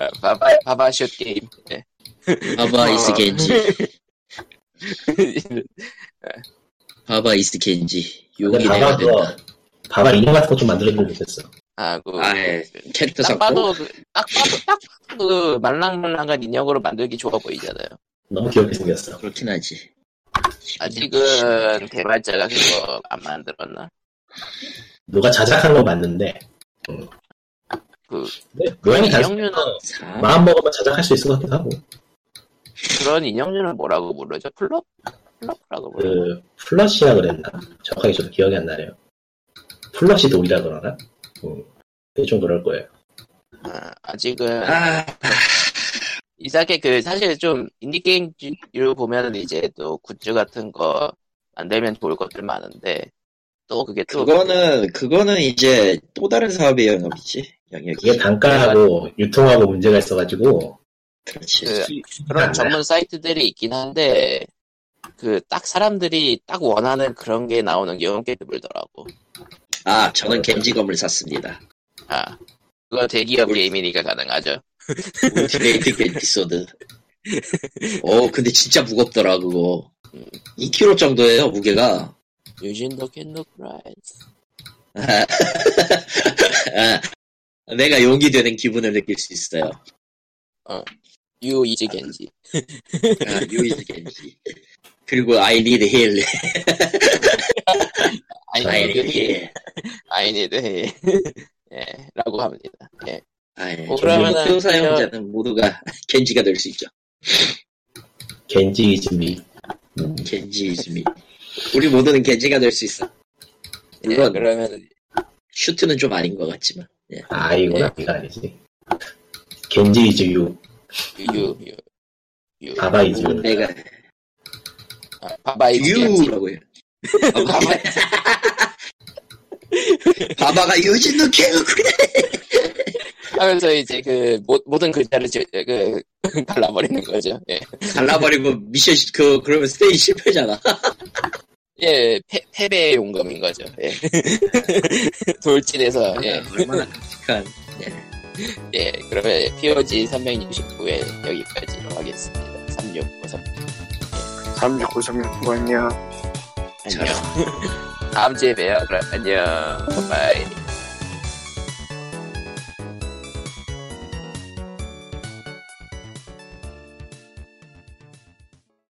어, 바바, 바바슛 게임. 예. 바바 이스 어. 겐지. 바바 이스 겐지. 욕이 근데 내가 바바 그거- 된다. 바바 인형 같은 거 좀 만들어주면 좋겠어 아고. 그, 아예 캐릭터 딱 잡고. 봐도, 그- 딱 봐도, 딱 봐도 그 말랑말랑한 인형으로 만들기 좋아 보이잖아요. 너무 귀엽게 생겼어 그렇긴 하지. 아직은 개발자가 그거 안 만들었나? 누가 자작한 건 맞는데 그, 근데 그런 모양이 다르 인형류는, 사- 마음 먹으면 자작할 수 있을 것 같기도 하고 그런 인형류는 뭐라고 부르죠? 플롭? 플롭이라고 부르죠. 그 플러시라 그랬나? 정확하게 저도 기억이 안 나네요. 플러시 돌이라 그러나? 음, 그게 좀 그럴 거예요. 아, 아직은. 아, 이상하게 그 사실 좀 인디게임류 보면은 이제 또 굿즈 같은 거 만들면 좋을 것들 많은데 또 그게 또 그거는 그거는 이제 또 다른 사업의 영역이지. 이게 영역이. 단가하고 유통하고 문제가 있어가지고 그렇지. 그- 안 그런 나요. 전문 사이트들이 있긴 한데 그 딱 사람들이 딱 원하는 그런 게 나오는 경우는 꽤 드물더라고 아, 저는 겐지검을 샀습니다. 아 그거 대기업 게임이니까 가능하죠 울트레이트 겐티소드. 어, 근데 진짜 무겁더라 그거. 2kg 정도예요 무게가. 유진도 캔더프라이즈 아, 내가 용이 되는 기분을 느낄 수 있어요. 유 이즈 겐지 아, 유이즈 겐지. 그리고 I need heal. I 아이니드 need 헤이 heal. 아이니드 헤이 예 라고 합니다 예 아, 어, 그러면은 교 사용자는 모두가 겐지가 될 수 있죠. 겐지 이즈미 겐지이즘이. 우리 모두는 겐지가 될 수 있어. 예, 물론. 그러면 슈트는 좀 아닌 것 같지만. 예. 아이구나 그게 아니지. 겐지 이즈유 유, 유, 유. 바바 이즈 내가 아, 바바이 유. 유라고 해요. 바바. 바바가 유진도 개그래. 하면서 이제 그 모, 모든 글자를 지, 그 발라버리는 거죠. 예, 갈라버리고 미션 시- 그 그러면 스테이 실패잖아. 예 패, 패배의 용감인 거죠. 예. 돌진해서 예, 얼마나 끔찍한. 예. 예. 그러면 POG 369회 여기까지로 하겠습니다. 369 36호 성명 구간이야. 안녕. 다음 주에 봬요. 그럼 안녕. 바이.